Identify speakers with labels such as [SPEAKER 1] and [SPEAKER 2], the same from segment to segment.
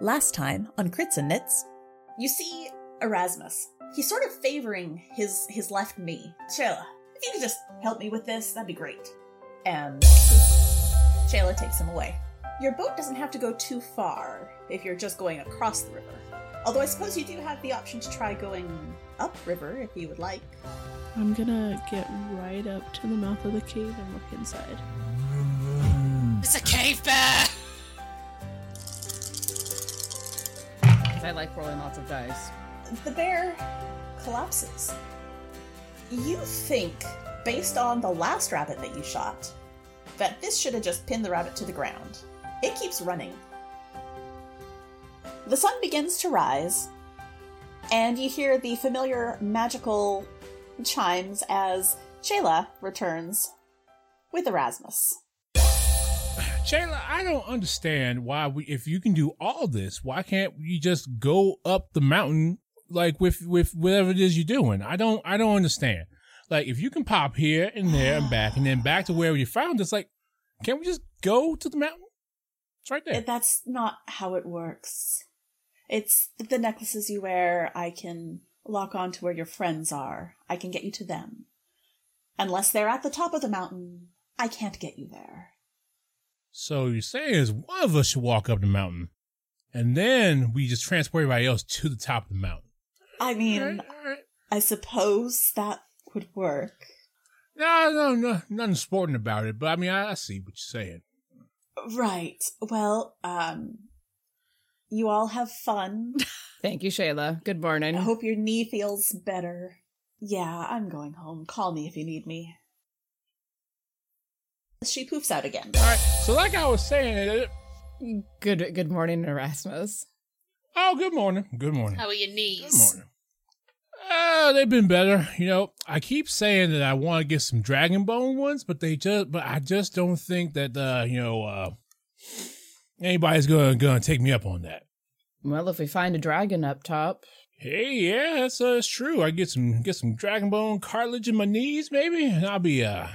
[SPEAKER 1] Last time on Crits and Knits,
[SPEAKER 2] You see Erasmus. He's sort of favoring his his left knee. Shayla, if you could just help me with this, that'd be great. And Shayla takes him away. Your boat doesn't have to go too far if you're just going across the river. Although I suppose you do have the option to try going upriver if you would like.
[SPEAKER 3] I'm gonna get right up to the mouth of the cave and look inside.
[SPEAKER 4] It's a cave bear! Because I like rolling lots of dice.
[SPEAKER 2] The bear collapses. You think, based on the last rabbit that you shot, that this should have just pinned the rabbit to the ground. It keeps running. The sun begins to rise, and you hear the familiar magical chimes as Shayla returns with Erasmus.
[SPEAKER 5] Shayla, I don't understand why we, if you can do all this, why can't you just go up the mountain like with with whatever it is you're doing? I don't I don't understand. Like if you can pop here and there and back and then back to where you found us, like can't we just go to the mountain? It's right there.
[SPEAKER 2] That's not how it works. It's the necklaces you wear. I can lock on to where your friends are. I can get you to them. Unless they're at the top of the mountain, I can't get you there.
[SPEAKER 5] So you're saying is one of us should walk up the mountain, and then we just transport everybody else to the top of the mountain.
[SPEAKER 2] I
[SPEAKER 5] All
[SPEAKER 2] mean,
[SPEAKER 5] right, all right.
[SPEAKER 2] I suppose that would work.
[SPEAKER 5] No, no, no, nothing sporting about it. But I mean, I, I see what you're saying.
[SPEAKER 2] Right. Well, um, you all have fun.
[SPEAKER 4] Thank you, Shayla. Good
[SPEAKER 2] I
[SPEAKER 4] morning.
[SPEAKER 2] hope your knee feels better. Yeah, I'm going home. Call me if you need me. She poofs out again.
[SPEAKER 5] All right. So like I was saying, it,
[SPEAKER 4] Good good morning, Erasmus.
[SPEAKER 5] Oh, good morning. Good morning.
[SPEAKER 6] How are your knees?
[SPEAKER 5] Good morning. Uh, they've been better. You know, I keep saying that I want to get some dragon bone ones, but they just, but I just don't think that, uh, you know, uh, anybody's gonna gonna take me up on that.
[SPEAKER 4] Well, if we find a dragon up top,
[SPEAKER 5] Hey, yeah, that's uh, that's true. I get some get some dragon bone cartilage in my knees, maybe, and I'll be uh,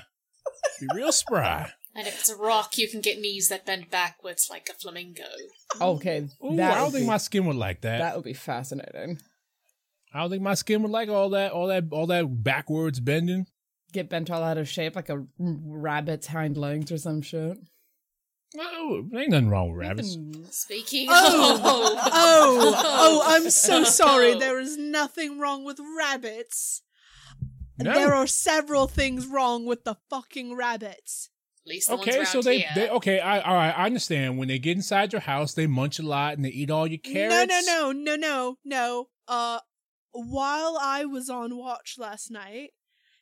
[SPEAKER 5] be real spry.
[SPEAKER 6] And if it's a rock, you can get knees that bend backwards like a flamingo.
[SPEAKER 4] okay,
[SPEAKER 5] Ooh,
[SPEAKER 4] that,
[SPEAKER 5] I don't
[SPEAKER 4] would
[SPEAKER 5] think
[SPEAKER 4] be,
[SPEAKER 5] my skin would like that.
[SPEAKER 4] that would be fascinating.
[SPEAKER 5] I don't think my skin would like all that, all that, all that backwards bending.
[SPEAKER 4] Get bent all out of shape like a rabbit's hind legs or some shit. Hmm.
[SPEAKER 5] Oh, ain't nothing wrong with rabbits.
[SPEAKER 6] Speaking
[SPEAKER 7] Oh!
[SPEAKER 6] of.
[SPEAKER 7] Oh, oh, I'm so sorry. There is nothing wrong with rabbits.
[SPEAKER 5] No.
[SPEAKER 7] There are several things wrong with the fucking rabbits.
[SPEAKER 6] At least the
[SPEAKER 5] Okay,
[SPEAKER 6] ones
[SPEAKER 5] so
[SPEAKER 6] around
[SPEAKER 5] they,
[SPEAKER 6] here.
[SPEAKER 5] they okay. I all right. I understand. When they get inside your house, they munch a lot and they eat all your carrots.
[SPEAKER 7] No, no, no, no, no, no. Uh, while I was on watch last night,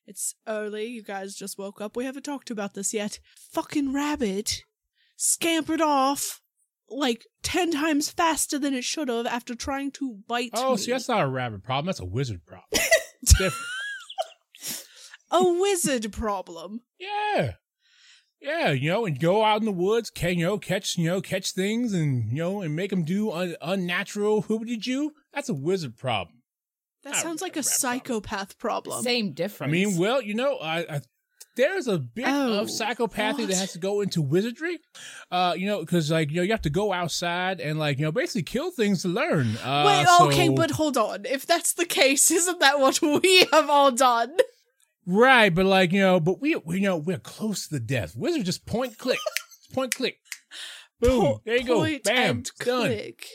[SPEAKER 7] it's early. You guys just woke up. We haven't talked about this yet. Fucking rabbit scampered off like ten times faster than it should have after trying to bite
[SPEAKER 5] Oh,
[SPEAKER 7] me.
[SPEAKER 5] see, that's not a rabbit problem. That's a wizard problem. It's different.
[SPEAKER 7] a wizard problem.
[SPEAKER 5] Yeah, yeah. You know, and go out in the woods, can you know, catch you know, catch things, and you know, and make them do un- unnatural hoobity jew. That's a wizard problem.
[SPEAKER 7] That
[SPEAKER 5] I
[SPEAKER 7] sounds
[SPEAKER 5] don't
[SPEAKER 7] like
[SPEAKER 5] know,
[SPEAKER 7] a
[SPEAKER 5] rap Ah, problem.
[SPEAKER 7] psychopath problem.
[SPEAKER 4] Same
[SPEAKER 5] I
[SPEAKER 4] difference.
[SPEAKER 5] mean, well, you know, I, I there's a bit
[SPEAKER 7] Oh,
[SPEAKER 5] of psychopathy
[SPEAKER 7] what?
[SPEAKER 5] that has to go into wizardry. Uh, you know, because like you know, you have to go outside and like you know, basically kill things to learn. Uh,
[SPEAKER 7] Wait, oh,
[SPEAKER 5] so-
[SPEAKER 7] okay, but hold on. If that's the case, isn't that what we have all done?
[SPEAKER 5] Right, but like you know, but we, we you know we're close to the death. Wizard just point click, point click, boom.
[SPEAKER 7] Po-
[SPEAKER 5] there you go,
[SPEAKER 7] point
[SPEAKER 5] bam,
[SPEAKER 7] and
[SPEAKER 5] done.
[SPEAKER 7] click.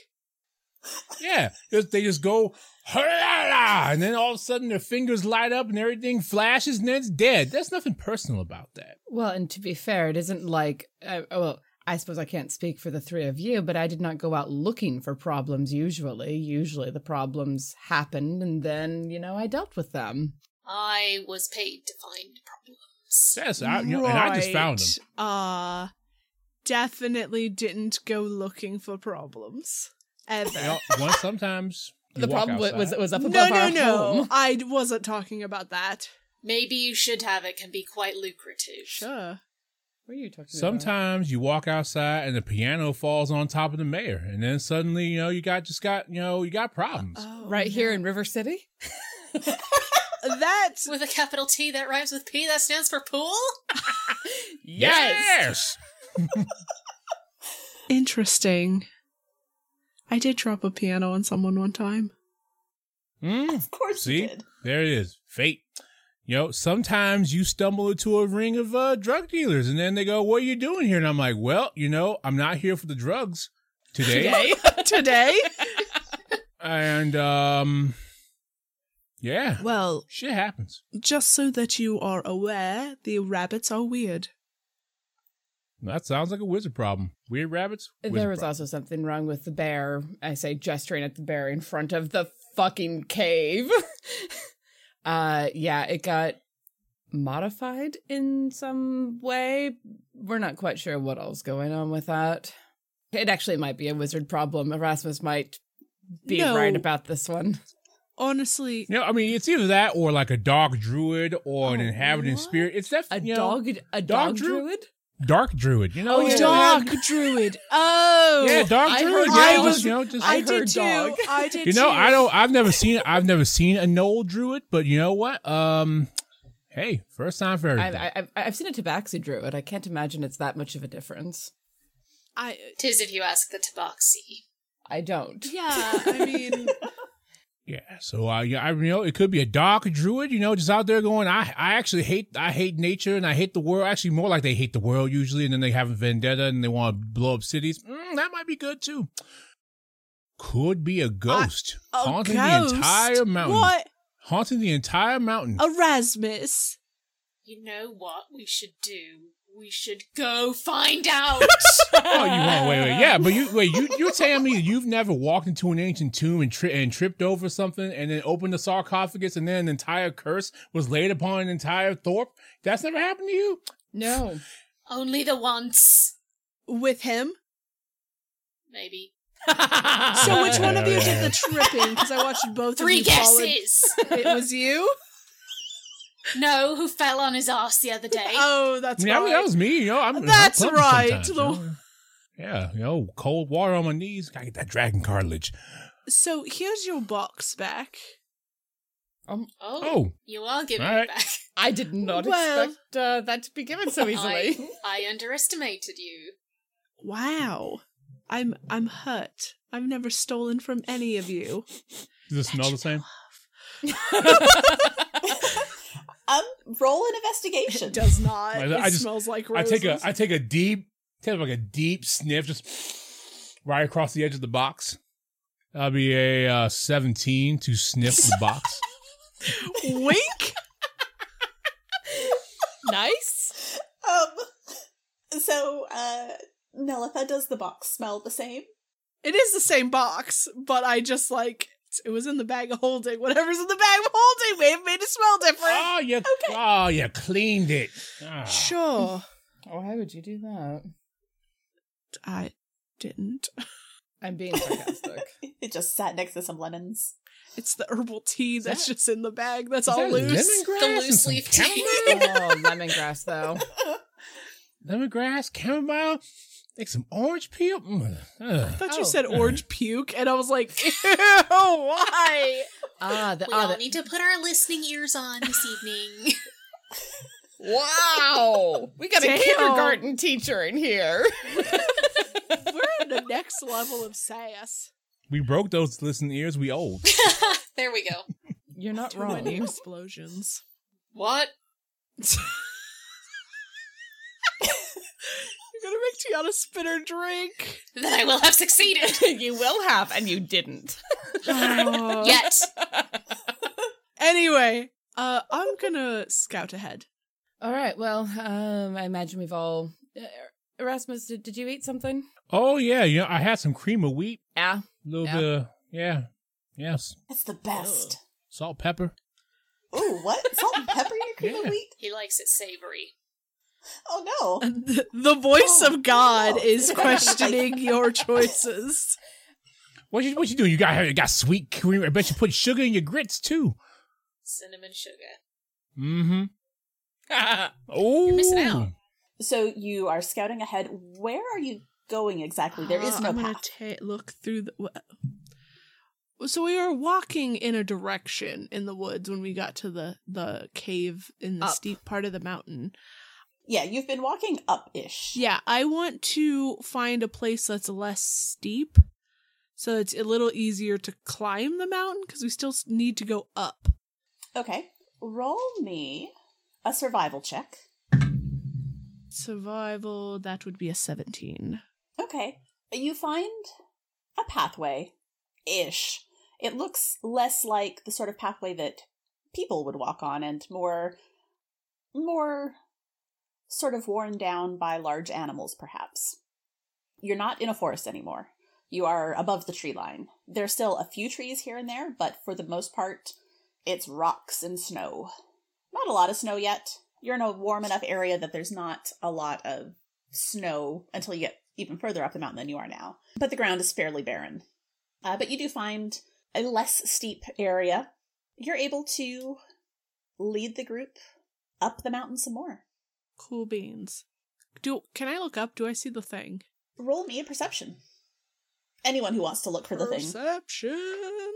[SPEAKER 5] Yeah, just, they just go, "Hurrah!" and then all of a sudden their fingers light up and everything flashes and then it's dead. There's nothing personal about that.
[SPEAKER 4] Well, and to be fair, it isn't like uh, well, I suppose I can't speak for the three of you, but I did not go out looking for problems usually. Usually the problems happened and then, you know, I dealt with them.
[SPEAKER 6] I was paid to find problems.
[SPEAKER 5] That's I, you know, and I just found them.
[SPEAKER 7] Right. Uh, definitely didn't go looking for problems.
[SPEAKER 5] You
[SPEAKER 7] Ever.
[SPEAKER 5] know, once sometimes you
[SPEAKER 4] the
[SPEAKER 5] walk
[SPEAKER 4] problem wa- was
[SPEAKER 5] outside.
[SPEAKER 4] was up
[SPEAKER 7] no,
[SPEAKER 4] above
[SPEAKER 7] no,
[SPEAKER 4] our
[SPEAKER 7] no.
[SPEAKER 4] home.
[SPEAKER 7] I d- wasn't talking about that.
[SPEAKER 6] Maybe you should have it, can be quite lucrative.
[SPEAKER 7] Sure.
[SPEAKER 4] What are you talking about?
[SPEAKER 5] Sometimes you walk outside and the piano falls on top of the mayor, and then suddenly you know you got just got you know you got problems.
[SPEAKER 7] Oh,
[SPEAKER 4] right
[SPEAKER 7] no.
[SPEAKER 4] here in River City?
[SPEAKER 7] That
[SPEAKER 6] With a capital T that rhymes with P that stands for pool?
[SPEAKER 5] yes!
[SPEAKER 7] interesting. I did drop a piano on someone one time.
[SPEAKER 5] Hmm?
[SPEAKER 2] Of course
[SPEAKER 5] See?
[SPEAKER 2] you did.
[SPEAKER 5] There it is. Fate. You know, sometimes you stumble into a ring of uh, drug dealers and then they go, What are you doing here? And I'm like, Well, you know, I'm not here for the drugs today.
[SPEAKER 3] Today? Today?
[SPEAKER 5] and, um, yeah,
[SPEAKER 7] Well,
[SPEAKER 5] shit happens.
[SPEAKER 7] just so that you are aware, the rabbits are weird.
[SPEAKER 5] That sounds like a wizard problem. Weird rabbits? wizard
[SPEAKER 4] there was
[SPEAKER 5] problem.
[SPEAKER 4] also something wrong with the bear. I say gesturing at the bear in front of the fucking cave. uh yeah, it got modified in some way. We're not quite sure what all's going on with that. It actually might be a wizard problem. Erasmus might be
[SPEAKER 7] No.
[SPEAKER 4] right about this one.
[SPEAKER 7] Honestly,
[SPEAKER 5] No, I mean, it's either that or like a dog druid or an
[SPEAKER 4] Oh,
[SPEAKER 5] inhabiting
[SPEAKER 4] what?
[SPEAKER 5] spirit. It's that,
[SPEAKER 4] A
[SPEAKER 5] you know,
[SPEAKER 4] dog a
[SPEAKER 5] dog
[SPEAKER 4] dog,
[SPEAKER 5] dru-
[SPEAKER 4] druid?
[SPEAKER 5] dark druid, you know?
[SPEAKER 7] oh,
[SPEAKER 5] yeah.
[SPEAKER 7] dog druid. Oh,
[SPEAKER 5] Yeah, dark
[SPEAKER 4] I
[SPEAKER 5] druid.
[SPEAKER 4] heard
[SPEAKER 5] Yeah,
[SPEAKER 7] dog.
[SPEAKER 5] just, you know, just
[SPEAKER 7] I,
[SPEAKER 4] I
[SPEAKER 7] did
[SPEAKER 4] heard
[SPEAKER 7] too.
[SPEAKER 4] dog.
[SPEAKER 7] I did.
[SPEAKER 5] You know,
[SPEAKER 7] too.
[SPEAKER 5] I don't. I've never seen. I've never seen a Noel Druid, but you know what? Um, hey, first time for
[SPEAKER 4] I've,
[SPEAKER 5] everything.
[SPEAKER 4] I've, I've seen a tabaxi druid. I can't imagine it's that much of a difference.
[SPEAKER 7] I
[SPEAKER 6] Tis if you ask the tabaxi.
[SPEAKER 4] I don't.
[SPEAKER 7] yeah. I mean,
[SPEAKER 5] yeah. So uh, yeah, I you know it could be a dark druid. You know, just out there going. I I actually hate. I hate nature and I hate the world. Actually, more like they hate the world usually, and then they have a vendetta and they want to blow up cities. Mm, that might be good too. Could be a ghost
[SPEAKER 7] Uh, a
[SPEAKER 5] haunting
[SPEAKER 7] ghost?
[SPEAKER 5] the entire mountain.
[SPEAKER 7] What
[SPEAKER 5] Haunting the entire mountain.
[SPEAKER 7] Erasmus?
[SPEAKER 6] You know what we should do? We should go find out.
[SPEAKER 5] Oh, you won't. Wait, wait. Yeah, but you wait. You you're telling me that you've never walked into an ancient tomb and tri- and tripped over something and then opened the sarcophagus and then an entire curse was laid upon an entire thorp? That's never happened to you.
[SPEAKER 4] No.
[SPEAKER 6] Only the once,
[SPEAKER 7] With him?
[SPEAKER 6] maybe.
[SPEAKER 5] Ah.
[SPEAKER 7] So which one of you did
[SPEAKER 5] Yeah.
[SPEAKER 7] the tripping? Because I watched both
[SPEAKER 6] Three
[SPEAKER 7] of you fall in-
[SPEAKER 6] guesses.
[SPEAKER 7] It was you.
[SPEAKER 6] no, who fell on his ass the other day?
[SPEAKER 4] Uh,
[SPEAKER 7] Oh, that's
[SPEAKER 5] I mean, that-
[SPEAKER 7] right.
[SPEAKER 5] that was me. You know, I'm I'm
[SPEAKER 7] That's
[SPEAKER 5] clumsy
[SPEAKER 7] right,
[SPEAKER 5] sometimes, you
[SPEAKER 7] Lord.
[SPEAKER 5] know? Yeah, you know, cold water on my knees. Gotta get that dragon cartilage.
[SPEAKER 7] So here's your box back.
[SPEAKER 6] Oh,
[SPEAKER 5] Oh,
[SPEAKER 6] you are giving
[SPEAKER 5] All right.
[SPEAKER 6] it back.
[SPEAKER 4] I did not
[SPEAKER 7] Well-
[SPEAKER 4] expect uh, that to be given so easily.
[SPEAKER 6] I, I underestimated you.
[SPEAKER 7] Wow. I'm I'm hurt. I've never stolen from any of you.
[SPEAKER 5] does it smell the same?
[SPEAKER 2] Um, roll an investigation.
[SPEAKER 7] does not.
[SPEAKER 5] I-
[SPEAKER 7] It
[SPEAKER 5] I just-
[SPEAKER 7] smells like
[SPEAKER 5] I
[SPEAKER 7] roses.
[SPEAKER 5] take a I take a deep take like a deep sniff just right across the edge of the box. That'll be a uh, seventeen to sniff the box.
[SPEAKER 7] wink.
[SPEAKER 4] nice.
[SPEAKER 2] Um, so, uh, Nelitha, does the box smell the same?
[SPEAKER 7] It is the same box, but I just like it was in the bag of holding. Whatever's in the bag of holding may have made it smell different.
[SPEAKER 5] Oh, you oh you cleaned it. Ah.
[SPEAKER 7] Sure.
[SPEAKER 4] Oh, why would you do that?
[SPEAKER 7] I didn't.
[SPEAKER 4] I'm being sarcastic.
[SPEAKER 2] It just sat next to some lemons.
[SPEAKER 7] It's the herbal tea
[SPEAKER 5] Is
[SPEAKER 7] that's
[SPEAKER 5] that-
[SPEAKER 7] just in the bag that's
[SPEAKER 5] Is
[SPEAKER 7] all
[SPEAKER 5] that
[SPEAKER 7] loose.
[SPEAKER 5] lemongrass
[SPEAKER 6] The
[SPEAKER 5] and
[SPEAKER 6] loose
[SPEAKER 5] some
[SPEAKER 6] leaf tea.
[SPEAKER 5] chamomile?
[SPEAKER 4] oh, lemongrass though.
[SPEAKER 5] Lemongrass, chamomile, like some orange peel. Mm,
[SPEAKER 7] I
[SPEAKER 5] ugh.
[SPEAKER 7] thought
[SPEAKER 4] Oh.
[SPEAKER 7] you said orange puke, and I was like, ew, why?
[SPEAKER 4] Ah, the
[SPEAKER 6] We
[SPEAKER 4] ah,
[SPEAKER 6] all
[SPEAKER 4] the,
[SPEAKER 6] need to put our listening ears on this evening.
[SPEAKER 4] wow. We got
[SPEAKER 7] Damn.
[SPEAKER 4] a kindergarten teacher in here.
[SPEAKER 7] We're on the next level of sass.
[SPEAKER 5] We broke those listening ears. We old.
[SPEAKER 6] there we go.
[SPEAKER 4] You're not
[SPEAKER 7] Too many
[SPEAKER 4] wrong.
[SPEAKER 7] explosions.
[SPEAKER 6] What?
[SPEAKER 7] You're gonna make Tiana spit her drink.
[SPEAKER 6] Then I will have succeeded.
[SPEAKER 4] you will have, and you didn't.
[SPEAKER 6] Yet.
[SPEAKER 7] Anyway, uh, I'm gonna scout ahead.
[SPEAKER 4] All right. Well, um, I imagine we've all. Er- Erasmus, did, did you eat something?
[SPEAKER 5] Oh yeah, you know I had some cream of wheat,
[SPEAKER 4] Yeah.
[SPEAKER 5] a little
[SPEAKER 4] Yeah.
[SPEAKER 5] bit, of, yeah, yes,
[SPEAKER 2] That's the best.
[SPEAKER 5] salt, pepper.
[SPEAKER 2] Ooh, what? Salt and pepper in your cream
[SPEAKER 5] Yeah.
[SPEAKER 2] of wheat?
[SPEAKER 6] He likes it savory.
[SPEAKER 2] Oh no.
[SPEAKER 7] The, the voice
[SPEAKER 2] Oh,
[SPEAKER 7] of God
[SPEAKER 2] no.
[SPEAKER 7] is questioning your choices.
[SPEAKER 5] What you what you doing? You got you got sweet cream. I bet you put sugar in your grits too.
[SPEAKER 6] Cinnamon sugar.
[SPEAKER 5] Mm-hmm. oh,
[SPEAKER 6] You're missing out.
[SPEAKER 2] So you are scouting ahead. Where are you going exactly? There is
[SPEAKER 7] Uh,
[SPEAKER 2] no
[SPEAKER 7] I'm gonna
[SPEAKER 2] path.
[SPEAKER 7] ta- look through the. wha- So we were walking in a direction in the woods when we got to the the cave in the
[SPEAKER 4] Up.
[SPEAKER 7] steep part of the mountain.
[SPEAKER 2] yeah, you've been walking up ish.
[SPEAKER 7] Yeah, I want to find a place that's less steep So it's a little easier to climb the mountain because we still s- need to go up.
[SPEAKER 2] Okay. Roll me a survival check.
[SPEAKER 7] Survival, that would be a 17.
[SPEAKER 2] Okay. You find a pathway ish. It looks less like the sort of pathway that people would walk on and more more sort of worn down by large animals perhaps. You're not in a forest anymore. You are above the tree line. There's still a few trees here and there, but for the most part it's rocks and snow. Not a lot of snow yet. You're in a warm enough area that there's not a lot of snow until you get even further up the mountain than you are now. But the ground is fairly barren. Uh, but you do find a less steep area. You're able to lead the group up the mountain some more.
[SPEAKER 7] Cool beans. Do Can I look up? Do I see the thing?
[SPEAKER 2] Roll me a perception. Anyone who wants to look for the thing.
[SPEAKER 7] Perception!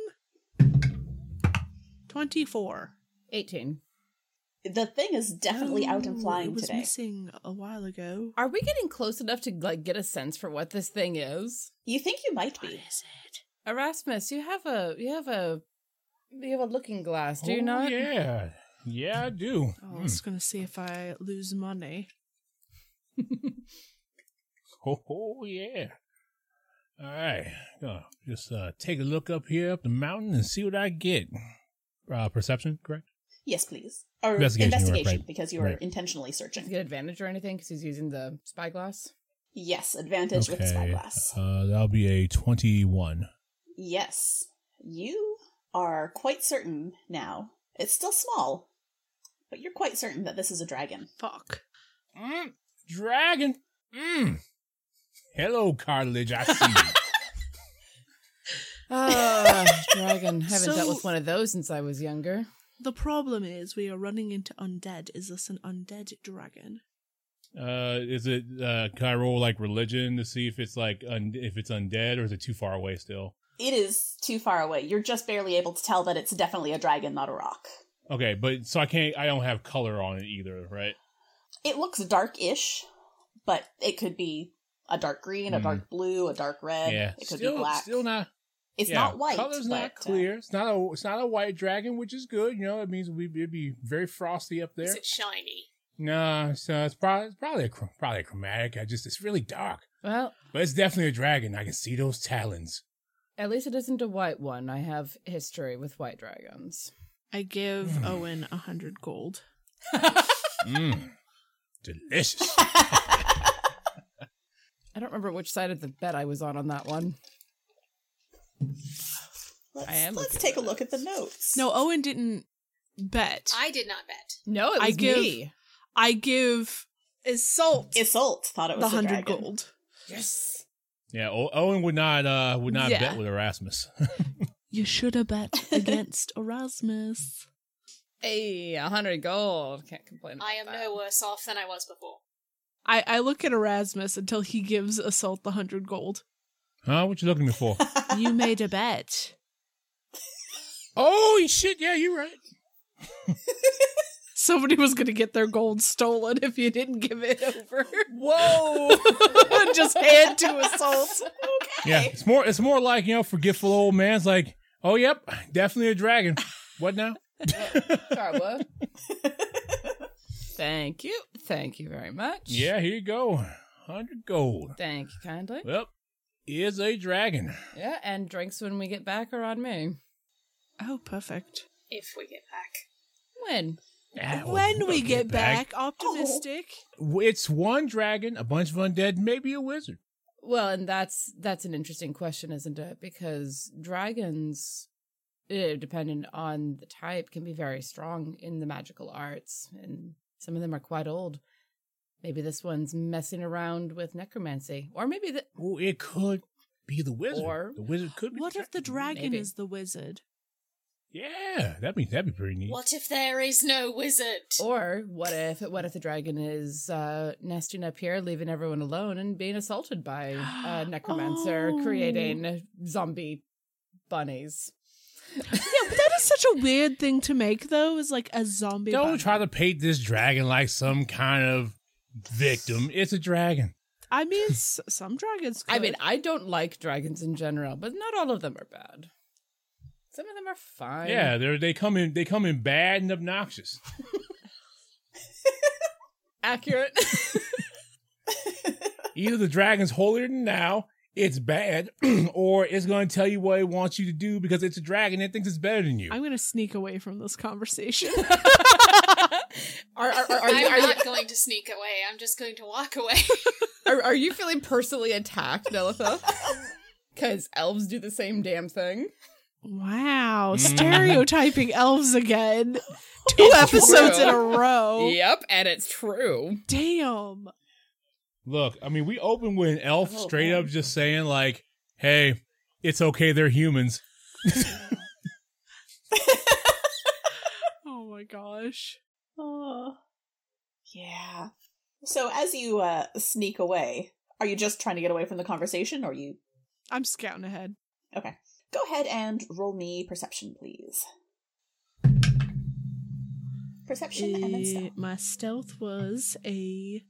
[SPEAKER 7] 24.
[SPEAKER 4] 18.
[SPEAKER 2] The thing is definitely out
[SPEAKER 7] Ooh,
[SPEAKER 2] and flying
[SPEAKER 7] Oh, It was
[SPEAKER 2] today.
[SPEAKER 7] missing a while ago.
[SPEAKER 4] Are we getting close enough to like get a sense for what this thing is?
[SPEAKER 2] You think you might
[SPEAKER 6] What
[SPEAKER 2] be.
[SPEAKER 6] is it?
[SPEAKER 4] Erasmus, you have a you have a you have a looking glass, do you
[SPEAKER 5] Oh,
[SPEAKER 4] not?
[SPEAKER 5] Yeah. Yeah, I do.
[SPEAKER 7] Oh, I
[SPEAKER 5] Hmm.
[SPEAKER 7] was going to see if I lose money.
[SPEAKER 5] Oh, oh, yeah. All right. Gonna just uh, take a look up here, up the mountain, and see what I get. Uh, perception, correct?
[SPEAKER 2] Yes, please. Or investigation,
[SPEAKER 5] Investigation, you were right.
[SPEAKER 2] because you are
[SPEAKER 5] Right.
[SPEAKER 2] intentionally
[SPEAKER 4] Does he
[SPEAKER 2] searching.
[SPEAKER 4] get advantage or anything because he's using the spyglass?
[SPEAKER 2] Yes, advantage with the spyglass.
[SPEAKER 5] Uh, that'll be a 21.
[SPEAKER 2] Yes, you are quite certain now. It's still small, but you're quite certain that this is a dragon.
[SPEAKER 7] Fuck.
[SPEAKER 5] Mm, dragon. Mm. Hello, cartilage. I see you.
[SPEAKER 4] Ah, dragon. Haven't
[SPEAKER 7] So-
[SPEAKER 4] dealt with one of those since I was younger.
[SPEAKER 7] The problem is we are running into undead. Is this an undead dragon?
[SPEAKER 5] Uh, is it uh, can I roll like religion to see if it's like un- if it's undead or is it too far away still?
[SPEAKER 2] It is too far away. You're just barely able to tell that it's definitely a dragon, not a rock.
[SPEAKER 5] Okay, but so I can't. I don't have color on it either, right?
[SPEAKER 2] It looks dark-ish, but it could be a dark green, a
[SPEAKER 5] Hmm.
[SPEAKER 2] dark blue, a dark red.
[SPEAKER 5] yeah,
[SPEAKER 2] It could
[SPEAKER 5] still,
[SPEAKER 2] be black.
[SPEAKER 5] still not.
[SPEAKER 2] it's
[SPEAKER 5] yeah,
[SPEAKER 2] not white.
[SPEAKER 5] Color's not
[SPEAKER 2] but, uh,
[SPEAKER 5] clear. It's not a. It's not a white dragon, which is good. You know, it means we it'd be very frosty up there.
[SPEAKER 6] Is it shiny?
[SPEAKER 5] no, so it's probably it's probably a, chro- probably a chromatic. I just it's really dark,
[SPEAKER 4] Well,
[SPEAKER 5] but it's definitely a dragon. I can see those talons.
[SPEAKER 4] at least it isn't a white one. I have history with white dragons.
[SPEAKER 7] I give
[SPEAKER 5] Hmm.
[SPEAKER 7] Owen a hundred gold.
[SPEAKER 5] Mm. Delicious.
[SPEAKER 4] I don't remember which side of the bed I was on on that one.
[SPEAKER 2] let's
[SPEAKER 4] I am
[SPEAKER 2] let's
[SPEAKER 4] looking
[SPEAKER 2] take a
[SPEAKER 4] at
[SPEAKER 2] look at the notes.
[SPEAKER 7] No, Owen didn't bet. I,
[SPEAKER 6] I did not bet.
[SPEAKER 4] No, it was
[SPEAKER 7] I give-
[SPEAKER 4] me.
[SPEAKER 7] give Isolt
[SPEAKER 2] Isolt thought it
[SPEAKER 7] the
[SPEAKER 2] was a
[SPEAKER 7] hundred
[SPEAKER 2] dragon.
[SPEAKER 7] gold.
[SPEAKER 4] Yes.
[SPEAKER 5] yeah, o- Owen would not uh would not
[SPEAKER 4] Yeah.
[SPEAKER 5] bet with Erasmus.
[SPEAKER 7] You should have bet against Erasmus.
[SPEAKER 4] Hey, a hundred gold. Can't complain.
[SPEAKER 6] I am
[SPEAKER 4] about
[SPEAKER 6] no worse off than I was before.
[SPEAKER 7] I, I look at Erasmus until he gives Isolt the hundred gold.
[SPEAKER 5] huh? What you looking at me for?
[SPEAKER 7] You made a bet.
[SPEAKER 5] oh shit! Yeah, you're right.
[SPEAKER 7] Somebody was gonna get their gold stolen if you didn't give it over.
[SPEAKER 4] Whoa!
[SPEAKER 7] Just hand to Isolt.
[SPEAKER 5] Yeah, it's more it's more like you know forgetful old man's like, oh yep, definitely a dragon. What now?
[SPEAKER 4] Sorry, what? Thank you. Thank you very much.
[SPEAKER 5] Yeah, here you go, hundred gold.
[SPEAKER 4] Thank you kindly.
[SPEAKER 5] Well, is a dragon.
[SPEAKER 4] Yeah, and drinks when we get back are on me.
[SPEAKER 7] Oh, perfect.
[SPEAKER 6] If we get back.
[SPEAKER 4] When?
[SPEAKER 5] Ah, well,
[SPEAKER 7] when
[SPEAKER 5] we'll
[SPEAKER 7] we get back, optimistic.
[SPEAKER 2] optimistic.
[SPEAKER 7] Oh.
[SPEAKER 5] it's one dragon, a bunch of undead, maybe a wizard.
[SPEAKER 4] Well, and that's that's an interesting question, isn't it? Because dragons, eh, depending on the type, can be very strong in the magical arts, and some of them are quite old. Maybe this one's messing around with necromancy, or maybe the
[SPEAKER 5] Well, it could be the wizard.
[SPEAKER 4] Or-
[SPEAKER 5] the wizard could be.
[SPEAKER 7] What if the dragon
[SPEAKER 4] Maybe.
[SPEAKER 7] is the wizard?
[SPEAKER 5] Yeah, that'd be that'd be pretty neat.
[SPEAKER 6] What if there is no wizard?
[SPEAKER 4] or what if what if the dragon is uh, nesting up here, leaving everyone alone, and being assaulted by a necromancer,
[SPEAKER 7] Oh.
[SPEAKER 4] creating zombie bunnies.
[SPEAKER 7] Yeah, but that is such a weird thing to make, though. Is like a zombie.
[SPEAKER 5] Don't
[SPEAKER 7] bunny.
[SPEAKER 5] try to paint this dragon like some kind of victim. It's a dragon.
[SPEAKER 7] I mean, s- some dragons. Could.
[SPEAKER 4] I mean, I don't like dragons in general, but not all of them are bad. Some of them are fine.
[SPEAKER 5] Yeah, they they come in they come in bad and obnoxious.
[SPEAKER 4] accurate.
[SPEAKER 5] Either the dragon's holier than now, it's bad, or it's going to tell you what it wants you to do because it's a dragon and it thinks it's better than you.
[SPEAKER 7] I'm gonna sneak away from this conversation.
[SPEAKER 4] are, are, are, are you, are,
[SPEAKER 6] I'm
[SPEAKER 4] you,
[SPEAKER 6] not going to sneak away. I'm just going to walk away.
[SPEAKER 4] are, are you feeling personally attacked, Nelitha? Because elves do the same damn thing.
[SPEAKER 7] wow,
[SPEAKER 5] Mhm.
[SPEAKER 7] stereotyping elves again. Two episodes in a row.
[SPEAKER 4] Yep, and it's true.
[SPEAKER 7] Damn.
[SPEAKER 5] Look, I mean, we open with an elf
[SPEAKER 4] Oh,
[SPEAKER 5] straight
[SPEAKER 4] man.
[SPEAKER 5] up just saying like, "Hey, it's okay, they're humans."
[SPEAKER 7] Oh my gosh.
[SPEAKER 2] Oh. Yeah. So as you uh, sneak away, are you just trying to get away from the conversation, or you?
[SPEAKER 7] I'm scouting ahead.
[SPEAKER 2] Okay. Go ahead and roll me perception, please. Perception and then
[SPEAKER 7] Eh,
[SPEAKER 2] stealth.
[SPEAKER 7] my stealth was a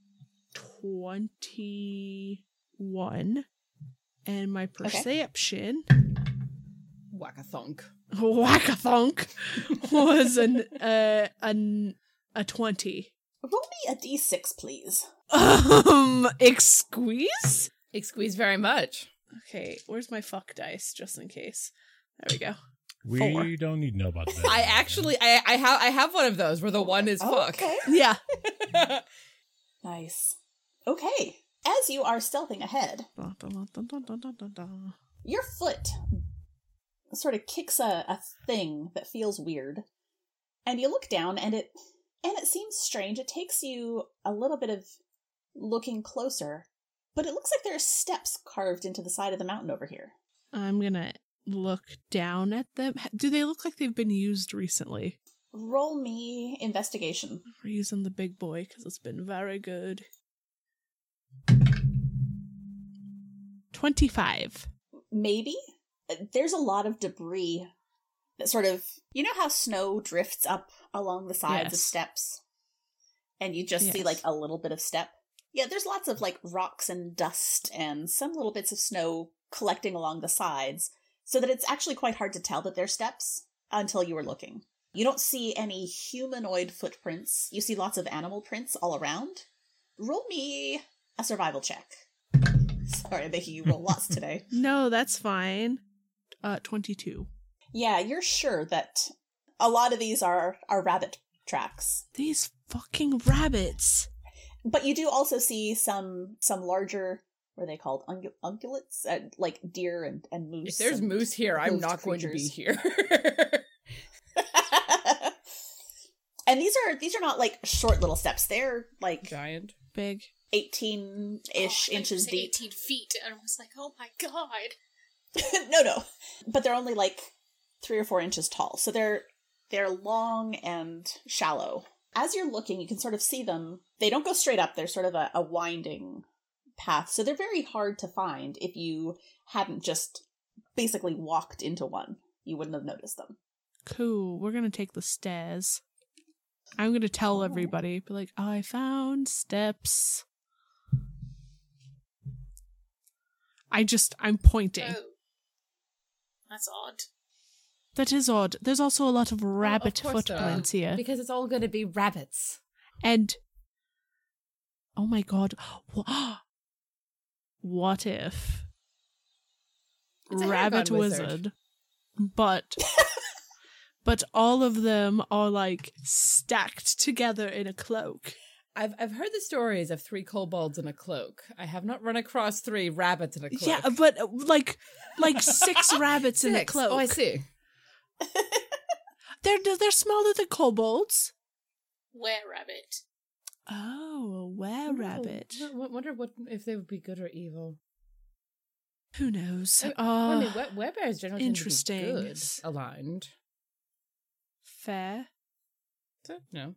[SPEAKER 7] 21 and my perception
[SPEAKER 4] Whack a thunk.
[SPEAKER 7] whack a thunk was an uh, an a 20
[SPEAKER 2] Roll me a d6, please.
[SPEAKER 7] um excuse
[SPEAKER 4] Exqueeze very much.
[SPEAKER 7] okay where's my fuck dice just in case there we go
[SPEAKER 5] We
[SPEAKER 7] Four.
[SPEAKER 5] don't need to know about that.
[SPEAKER 4] I actually, I, I have, I have one of those where the one is fuck.
[SPEAKER 2] Okay.
[SPEAKER 7] yeah
[SPEAKER 2] Nice. Okay. As you are stealthing ahead,
[SPEAKER 7] Dun, dun, dun, dun, dun, dun, dun, dun.
[SPEAKER 2] your foot sort of kicks a, a thing that feels weird and you look down and it and it seems strange it takes you a little bit of looking closer but it looks like there are steps carved into the side of the mountain over here
[SPEAKER 7] i'm gonna look down at them do they look like they've been used recently
[SPEAKER 2] roll me investigation
[SPEAKER 7] We're using the big boy because it's been very good. 25.
[SPEAKER 2] maybe uh, there's a lot of debris that sort of you know how snow drifts up along the sides of
[SPEAKER 7] Yes.
[SPEAKER 2] steps and you just see
[SPEAKER 7] Yes.
[SPEAKER 2] like a little bit of step yeah there's lots of like rocks and dust and some little bits of snow collecting along the sides so that it's actually quite hard to tell that they're steps until you are looking you don't see any humanoid footprints you see lots of animal prints all around roll me a survival check sorry i'm making you roll lots today
[SPEAKER 7] No, that's fine. Uh, 22.
[SPEAKER 2] Yeah, you're sure that a lot of these are are rabbit tracks.
[SPEAKER 7] These fucking rabbits.
[SPEAKER 2] But you do also see some some larger what are they called Ungu- ungulates uh, like deer and and moose.
[SPEAKER 4] If there's
[SPEAKER 2] and-
[SPEAKER 4] moose here, I'm
[SPEAKER 2] hoofed
[SPEAKER 4] not going to be
[SPEAKER 2] creatures.
[SPEAKER 4] here.
[SPEAKER 2] and these are these are not like short little steps. They're like
[SPEAKER 4] Giant.
[SPEAKER 7] Big.
[SPEAKER 2] 18-ish
[SPEAKER 6] Oh, I thought you
[SPEAKER 2] inches
[SPEAKER 6] said
[SPEAKER 2] deep.
[SPEAKER 6] 18 feet. And I was like, oh my god.
[SPEAKER 2] no, no. But they're only like 3 or 4 inches tall. So they're they're long and shallow. As you're looking, you can sort of see them. They don't go straight up. They're sort of a, a winding path. So they're very hard to find if you hadn't just basically walked into one. You wouldn't have noticed them.
[SPEAKER 7] Cool. We're gonna take the stairs. I'm gonna tell everybody. Be like, I found steps. I just, I'm pointing.
[SPEAKER 6] Oh. That's odd.
[SPEAKER 7] That is odd. There's also a lot of rabbit
[SPEAKER 4] course there are.
[SPEAKER 7] footprints here.
[SPEAKER 4] Because it's all going to be rabbits.
[SPEAKER 7] And oh my god, Wha- what if
[SPEAKER 4] It's a
[SPEAKER 7] rabbit
[SPEAKER 4] hair-gone
[SPEAKER 7] wizard,
[SPEAKER 4] wizard.
[SPEAKER 7] but but all of them are like stacked together in a cloak?
[SPEAKER 4] I've I've heard the stories of three kobolds in a cloak. I have not run across three rabbits in a cloak.
[SPEAKER 7] Yeah, but uh, like like six rabbits in a
[SPEAKER 4] Six.
[SPEAKER 7] cloak.
[SPEAKER 4] Oh, I see.
[SPEAKER 7] They're they're smaller than kobolds.
[SPEAKER 6] Where rabbit?
[SPEAKER 7] Oh, a were rabbit.
[SPEAKER 4] I wonder what if they would be good or evil.
[SPEAKER 7] Who knows?
[SPEAKER 4] I, I
[SPEAKER 7] Ah,
[SPEAKER 4] mean, were- werebears generally tend to be
[SPEAKER 7] interesting.
[SPEAKER 4] good aligned.
[SPEAKER 7] fair.
[SPEAKER 4] So, no.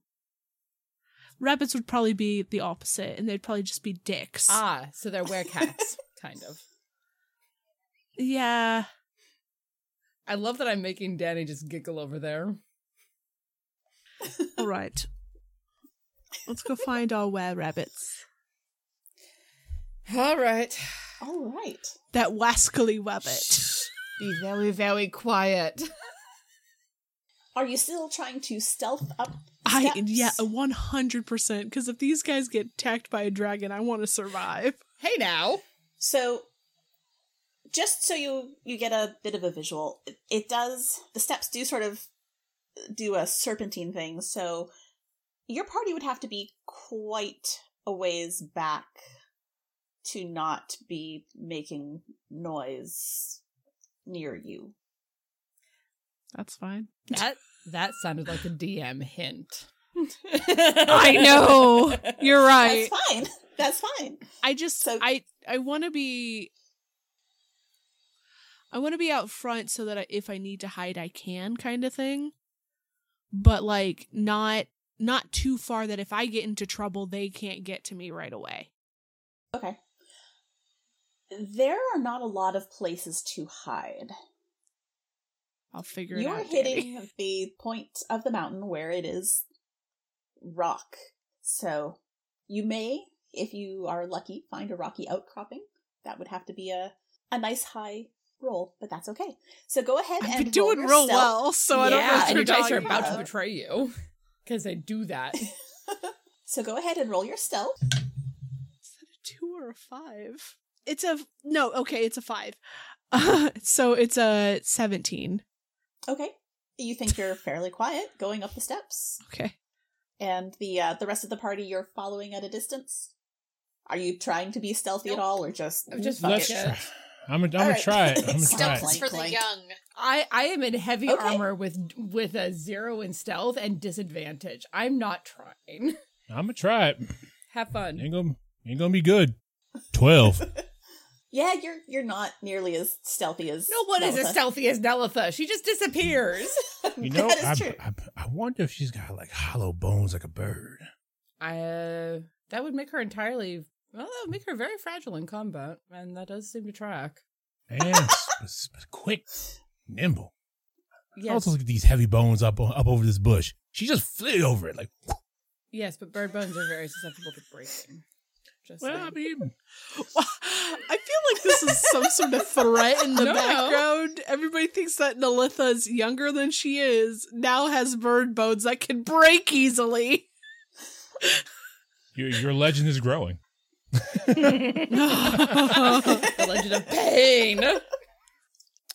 [SPEAKER 7] Rabbits would probably be the opposite, and they'd probably just be dicks.
[SPEAKER 4] Ah, so they're werecats, kind of.
[SPEAKER 7] Yeah.
[SPEAKER 4] I love that I'm making Danny just giggle over there.
[SPEAKER 7] All right. Let's go find our were rabbits.
[SPEAKER 4] All right.
[SPEAKER 2] All right.
[SPEAKER 7] That wascally wabbit.
[SPEAKER 4] Be very, very quiet.
[SPEAKER 2] Are you still trying to stealth up?
[SPEAKER 7] I
[SPEAKER 2] steps?
[SPEAKER 7] yeah, one hundred percent. Because if these guys get attacked by a dragon, I want to survive.
[SPEAKER 4] Hey now.
[SPEAKER 2] So, just so you you get a bit of a visual, it, it does the steps do sort of do a serpentine thing. So, your party would have to be quite a ways back to not be making noise near you.
[SPEAKER 7] That's fine.
[SPEAKER 4] That that sounded like a DM hint.
[SPEAKER 7] I know. You're right.
[SPEAKER 2] That's fine. That's fine.
[SPEAKER 7] I just
[SPEAKER 2] So-
[SPEAKER 7] I I want to be I want to be out front so that I, if I need to hide I can kind of thing. But like not not too far that if I get into trouble they can't get to me right away.
[SPEAKER 2] Okay. There are not a lot of places to hide.
[SPEAKER 7] I'll figure it
[SPEAKER 2] You're
[SPEAKER 7] out. Danny.
[SPEAKER 2] hitting the point of the mountain where it is rock. So you may, if you are lucky, find a rocky outcropping. That would have to be a, a nice high roll, but that's okay. So go ahead
[SPEAKER 7] I've
[SPEAKER 2] and
[SPEAKER 7] been doing
[SPEAKER 2] roll
[SPEAKER 7] real
[SPEAKER 2] your stealth.
[SPEAKER 7] well, so I don't know
[SPEAKER 2] Yeah,
[SPEAKER 7] what
[SPEAKER 4] and
[SPEAKER 7] you're
[SPEAKER 4] you guys are
[SPEAKER 7] talking
[SPEAKER 4] about to
[SPEAKER 2] about.
[SPEAKER 4] betray you because they do that.
[SPEAKER 2] So go ahead and roll your stealth.
[SPEAKER 7] Is that a two or a five? It's a no. Okay, it's a five. so it's a seventeen.
[SPEAKER 2] Okay. You think you're fairly quiet going up the steps,
[SPEAKER 7] Okay.
[SPEAKER 2] and the uh, the rest of the party you're following at a distance. Are you trying to be stealthy at all, or just
[SPEAKER 4] I'm just
[SPEAKER 2] fuck
[SPEAKER 4] Let's
[SPEAKER 5] Let's
[SPEAKER 2] it?
[SPEAKER 4] fucking-
[SPEAKER 5] try. I'm gonna
[SPEAKER 2] All
[SPEAKER 5] I'm
[SPEAKER 2] right.
[SPEAKER 5] gonna try it. I'm gonna
[SPEAKER 2] Stealth
[SPEAKER 5] try it.
[SPEAKER 6] Stumps
[SPEAKER 2] Clank,
[SPEAKER 6] for the
[SPEAKER 2] clank.
[SPEAKER 6] young.
[SPEAKER 4] I I am in heavy
[SPEAKER 2] Okay.
[SPEAKER 4] armor with with a zero in stealth and disadvantage. I'm not trying.
[SPEAKER 5] I'm gonna try it.
[SPEAKER 4] Have fun.
[SPEAKER 5] Ain't gonna ain't gonna be good. Twelve.
[SPEAKER 2] Yeah, you're you're not nearly as stealthy as
[SPEAKER 4] No one is
[SPEAKER 2] Nelitha.
[SPEAKER 4] as stealthy as Nelitha. She just disappears.
[SPEAKER 5] You know,
[SPEAKER 2] that is
[SPEAKER 5] I,
[SPEAKER 2] true.
[SPEAKER 5] I I wonder if she's got like hollow bones like a bird.
[SPEAKER 4] I uh, that would make her entirely well, that would make her very fragile in combat, and that does seem to track.
[SPEAKER 5] Man, it's- it's- it's quick, nimble.
[SPEAKER 4] Yes,
[SPEAKER 5] Also, look at these heavy bones up on- up over this bush. She just slid over it like.
[SPEAKER 4] yes, but bird bones are very susceptible to breaking. Just
[SPEAKER 5] Well, I
[SPEAKER 4] saying.
[SPEAKER 5] mean,
[SPEAKER 7] I feel like this is some sort of threat in the
[SPEAKER 4] No.
[SPEAKER 7] background. Everybody thinks that Nalitha's younger than she is, now has bird bones that can break easily.
[SPEAKER 5] your your legend is growing.
[SPEAKER 4] the legend of pain.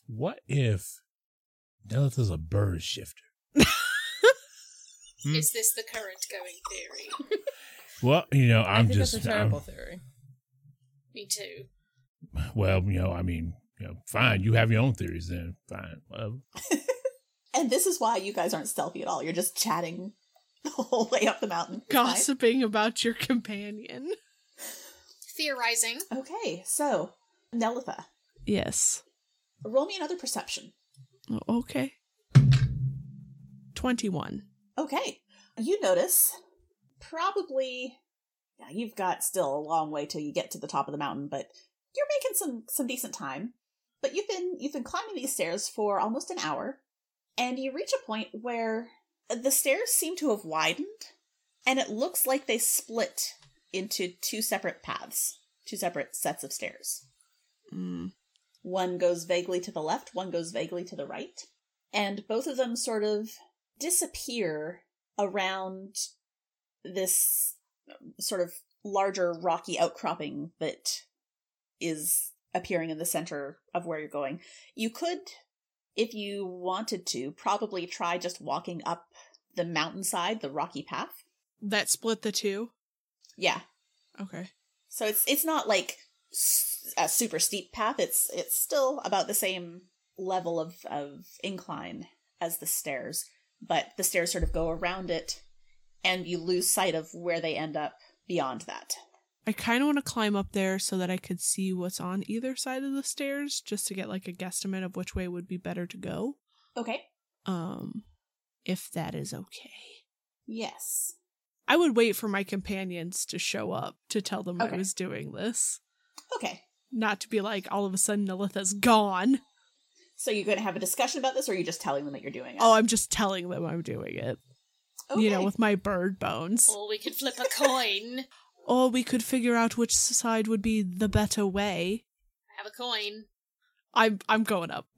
[SPEAKER 5] What if Nelith is a bird shifter? Hmm.
[SPEAKER 6] Is this the current going theory?
[SPEAKER 5] Well, you know,
[SPEAKER 4] I
[SPEAKER 5] I'm
[SPEAKER 4] think
[SPEAKER 5] just
[SPEAKER 4] that's a terrible
[SPEAKER 5] I'm-
[SPEAKER 4] theory.
[SPEAKER 6] Me too.
[SPEAKER 5] well, you know, I mean, you know, fine. You have your own theories, then fine. Well,
[SPEAKER 2] And this is why you guys aren't stealthy at all. You're just chatting the whole way up the mountain. It's fine.
[SPEAKER 7] Gossiping about your companion.
[SPEAKER 6] Theorizing.
[SPEAKER 2] Okay, so Nelitha,
[SPEAKER 7] Yes.
[SPEAKER 2] roll me another perception.
[SPEAKER 7] Oh, Okay. 21.
[SPEAKER 2] Okay, you notice probably yeah, you've got still a long way till you get to the top of the mountain, but you're making some some decent time. But you've been you've been climbing these stairs for almost an hour, and you reach a point where the stairs seem to have widened, and it looks like they split into two separate paths, two separate sets of stairs.
[SPEAKER 7] Mm.
[SPEAKER 2] One goes vaguely to the left, one goes vaguely to the right, and both of them sort of disappear around this um, sort of larger rocky outcropping that is appearing in the center of where you're going. You could, if you wanted to, probably try just walking up the mountainside, the rocky path.
[SPEAKER 7] That split the two?
[SPEAKER 2] Yeah,
[SPEAKER 7] Okay.
[SPEAKER 2] so it's it's not like s- a super steep path. It's it's still about the same level of of incline as the stairs, but the stairs sort of go around it, and you lose sight of where they end up beyond that.
[SPEAKER 7] I kind of want to climb up there so that I could see what's on either side of the stairs just to get like a guesstimate of which way would be better to go.
[SPEAKER 2] Okay.
[SPEAKER 7] Um if that is okay.
[SPEAKER 2] Yes.
[SPEAKER 7] I would wait for my companions to show up to tell them I
[SPEAKER 2] Okay.
[SPEAKER 7] was doing this.
[SPEAKER 2] Okay.
[SPEAKER 7] Not to be like all of a sudden Nalitha's gone.
[SPEAKER 2] So you're going to have a discussion about this, or are you just telling them that you're doing it?
[SPEAKER 7] Oh, I'm just telling them I'm doing it.
[SPEAKER 2] okay.
[SPEAKER 7] You know, with my bird bones.
[SPEAKER 6] Or we could flip a coin.
[SPEAKER 7] Or we could figure out which side would be the better way.
[SPEAKER 6] Have a coin.
[SPEAKER 7] I'm I'm going up.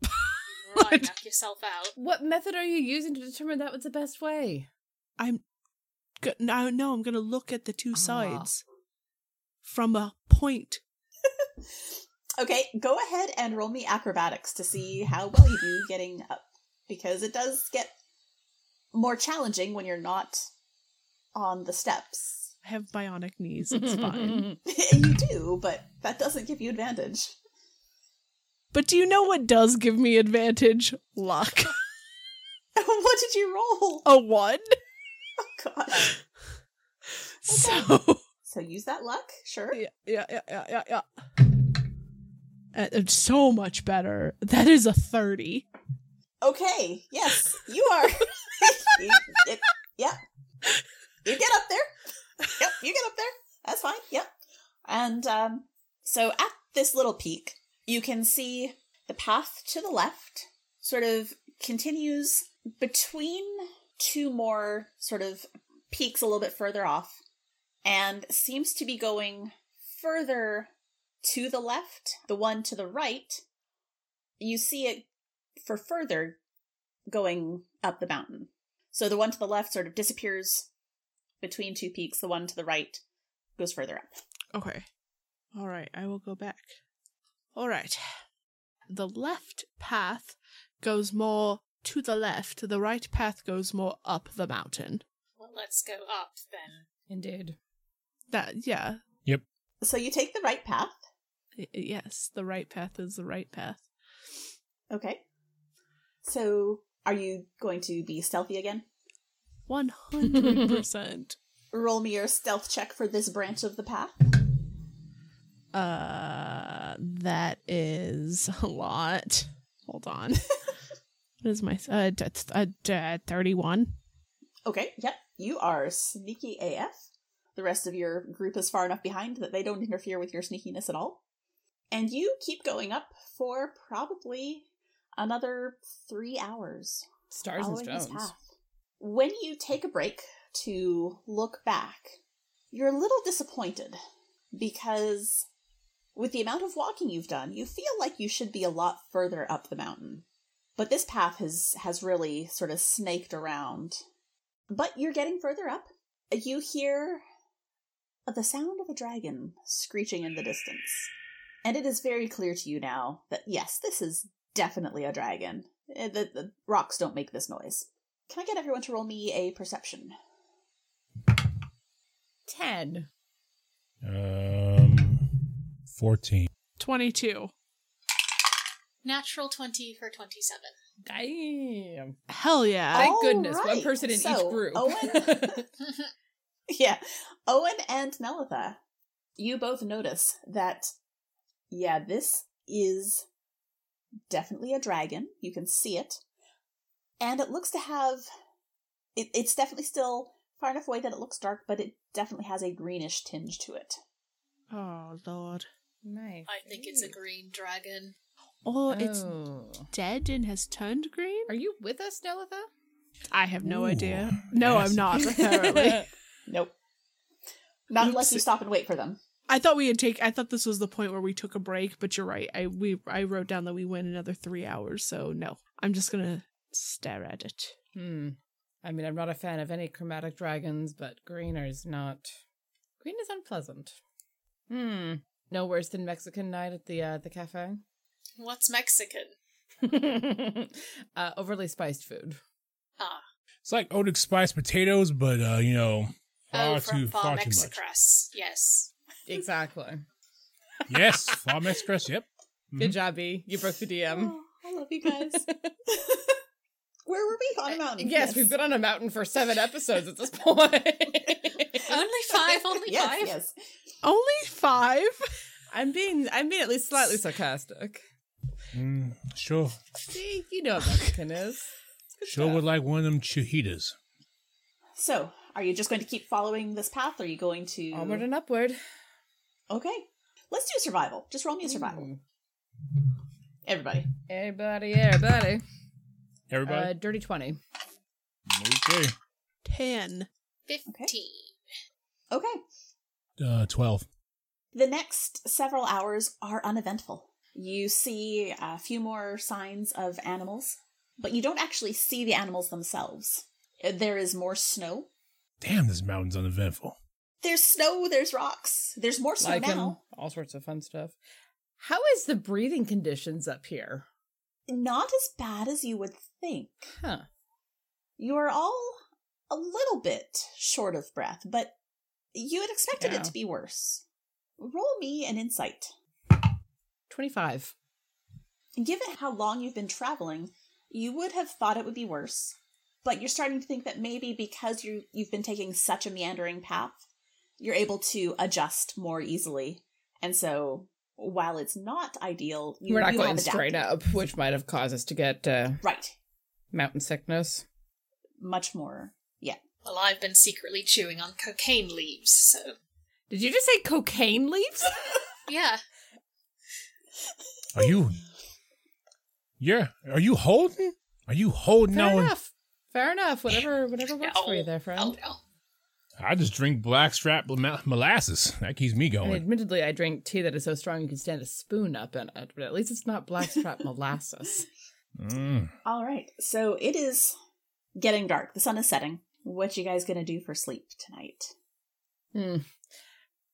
[SPEAKER 6] Right, knock yourself out.
[SPEAKER 4] What method are you using to determine that was the best way?
[SPEAKER 7] I'm go- no no. I'm gonna look at the two
[SPEAKER 4] Ah.
[SPEAKER 7] sides from a point.
[SPEAKER 2] Okay, go ahead and roll me acrobatics to see how well you do getting up because it does get more challenging when you're not on the steps.
[SPEAKER 7] I have bionic knees. It's fine.
[SPEAKER 2] you do, but that doesn't give you advantage.
[SPEAKER 7] But do you know what does give me advantage? Luck.
[SPEAKER 2] what did you roll?
[SPEAKER 7] A one.
[SPEAKER 2] Oh god.
[SPEAKER 7] So
[SPEAKER 2] So use that luck, sure.
[SPEAKER 7] yeah, yeah, yeah, yeah, yeah, yeah. Uh, it's so much better. That is a thirty.
[SPEAKER 2] Okay, yes, you are. you, it, yeah. You get up there. Yep, you get up there. That's fine. Yep. And um, so at this little peak, you can see the path to the left sort of continues between two more sort of peaks a little bit further off and seems to be going further to the left. The one to the right, you see it for further going up the mountain. So the one to the left sort of disappears between two peaks, the one to the right goes further up.
[SPEAKER 7] Okay. All right, I will go back. All right. The left path goes more to the left. The right path goes more up the mountain.
[SPEAKER 6] Well, let's go up then.
[SPEAKER 4] Indeed.
[SPEAKER 7] That yeah.
[SPEAKER 2] So you take the right path.
[SPEAKER 7] Y- Yes, the right path is the right path.
[SPEAKER 2] Okay. So are you going to be stealthy again?
[SPEAKER 7] 100%.
[SPEAKER 2] Roll me your stealth check for this branch of the path.
[SPEAKER 7] uh that is a lot. Hold on. what is my uh, t- t- uh, t- uh 31?
[SPEAKER 2] Okay, yep. You are sneaky AF. The rest of your group is far enough behind that they don't interfere with your sneakiness at all. And you keep going up for probably another three hours.
[SPEAKER 4] Stars and
[SPEAKER 2] following this
[SPEAKER 4] stones.
[SPEAKER 2] path. When you take a break to look back, you're a little disappointed because with the amount of walking you've done, you feel like you should be a lot further up the mountain. But this path has has really sort of snaked around. But you're getting further up. You hear the sound of a dragon screeching in the distance. And it is very clear to you now that yes, this is definitely a dragon. Eh, The, the rocks don't make this noise. Can I get everyone to roll me a perception?
[SPEAKER 4] Ten.
[SPEAKER 5] Um, fourteen.
[SPEAKER 7] 22.
[SPEAKER 6] Natural 20 for 27.
[SPEAKER 4] Damn.
[SPEAKER 7] Hell yeah.
[SPEAKER 4] Thank
[SPEAKER 2] All
[SPEAKER 4] goodness. One
[SPEAKER 2] right,
[SPEAKER 4] person in
[SPEAKER 2] so,
[SPEAKER 4] each group.
[SPEAKER 2] Owen- Yeah, Owen and Nelitha, you both notice that, yeah, this is definitely a dragon. You can see it. And it looks to have. It, it's definitely still far enough away that it looks dark, but it definitely has a greenish tinge to it.
[SPEAKER 7] Oh lord.
[SPEAKER 4] nice.
[SPEAKER 6] I think it's a green dragon.
[SPEAKER 7] Or it's
[SPEAKER 4] Oh.
[SPEAKER 7] dead and has turned green?
[SPEAKER 4] Are you with us, Nelitha?
[SPEAKER 7] I have no
[SPEAKER 5] Ooh,
[SPEAKER 7] idea. No,
[SPEAKER 5] yes.
[SPEAKER 7] I'm not, apparently.
[SPEAKER 2] Nope. Not unless you
[SPEAKER 7] Oopsie.
[SPEAKER 2] stop and wait for them.
[SPEAKER 7] I thought we had take I thought this was the point where we took a break, but you're right. I we I wrote down that we went another 3 hours, so no. I'm just going to stare at it.
[SPEAKER 4] Hmm. I mean, I'm not a fan of any chromatic dragons, but green is not. Green is unpleasant. Hmm. No worse than Mexican night at the uh, the cafe.
[SPEAKER 6] What's Mexican?
[SPEAKER 4] uh, overly spiced food.
[SPEAKER 5] It's like Odic spiced potatoes, but uh, you know, far
[SPEAKER 6] oh, from
[SPEAKER 5] too
[SPEAKER 6] Far
[SPEAKER 5] far too
[SPEAKER 6] Mexicress. Yes.
[SPEAKER 4] Exactly.
[SPEAKER 5] much. Yes, far Mexicress. Yep.
[SPEAKER 4] Good job, B. You broke the DM.
[SPEAKER 2] Oh, I love you guys. Where were we? On a mountain.
[SPEAKER 4] Yes, we've been on a mountain for seven episodes at this point.
[SPEAKER 6] Only five, only
[SPEAKER 2] yes,
[SPEAKER 6] five.
[SPEAKER 2] Yes.
[SPEAKER 7] Only 5?
[SPEAKER 4] I'm being I'm being at least slightly sarcastic.
[SPEAKER 5] Mm, sure,
[SPEAKER 4] See, you know what Mexican is.
[SPEAKER 5] sure would like one of them chihitas.
[SPEAKER 2] So, are you just going to keep following this path? Or are you going to?
[SPEAKER 4] Onward and upward.
[SPEAKER 2] Okay. Let's do survival. Just roll me a survival,
[SPEAKER 4] Mm.
[SPEAKER 2] everybody.
[SPEAKER 4] Everybody, everybody.
[SPEAKER 5] Everybody.
[SPEAKER 4] Uh, dirty twenty.
[SPEAKER 5] okay.
[SPEAKER 7] 10.
[SPEAKER 6] 15.
[SPEAKER 2] Okay.
[SPEAKER 5] Uh, 12.
[SPEAKER 2] The next several hours are uneventful. You see a few more signs of animals, but you don't actually see the animals themselves. Uh, There is more snow.
[SPEAKER 5] Damn, this mountain's uneventful.
[SPEAKER 2] There's snow, there's rocks, there's more snow
[SPEAKER 4] Lichen,
[SPEAKER 2] now.
[SPEAKER 4] all sorts of fun stuff. How is the breathing conditions up here?
[SPEAKER 2] Not as bad as you would think.
[SPEAKER 4] Huh.
[SPEAKER 2] You're all a little bit short of breath, but you had expected
[SPEAKER 4] Yeah.
[SPEAKER 2] it to be worse. Roll me an insight.
[SPEAKER 4] 25.
[SPEAKER 2] Given how long you've been traveling, you would have thought it would be worse, but you're starting to think that maybe because you you've been taking such a meandering path, you're able to adjust more easily. And so, while it's not ideal, you,
[SPEAKER 4] We're not
[SPEAKER 2] you
[SPEAKER 4] going
[SPEAKER 2] have adapted.
[SPEAKER 4] straight up, which might have caused us to get uh,
[SPEAKER 2] Right,
[SPEAKER 4] mountain sickness.
[SPEAKER 2] much more. Yeah,
[SPEAKER 6] Well, I've been secretly chewing on cocaine leaves, so.
[SPEAKER 4] Did you just say cocaine leaves?
[SPEAKER 6] Yeah.
[SPEAKER 5] Are you. Yeah. Are you holding? Are you holding
[SPEAKER 4] Fair
[SPEAKER 5] on?
[SPEAKER 4] enough. Fair enough. Whatever, whatever works for you, there, friend.
[SPEAKER 6] Oh, no.
[SPEAKER 5] I just drink blackstrap mol- molasses. That keeps me
[SPEAKER 4] And
[SPEAKER 5] going.
[SPEAKER 4] admittedly, I drink tea that is so strong you can stand a spoon up in it, but at least it's not blackstrap molasses.
[SPEAKER 5] Mm.
[SPEAKER 2] All right. So it is getting dark. The sun is setting. What you guys gonna do for sleep tonight?
[SPEAKER 4] Hmm.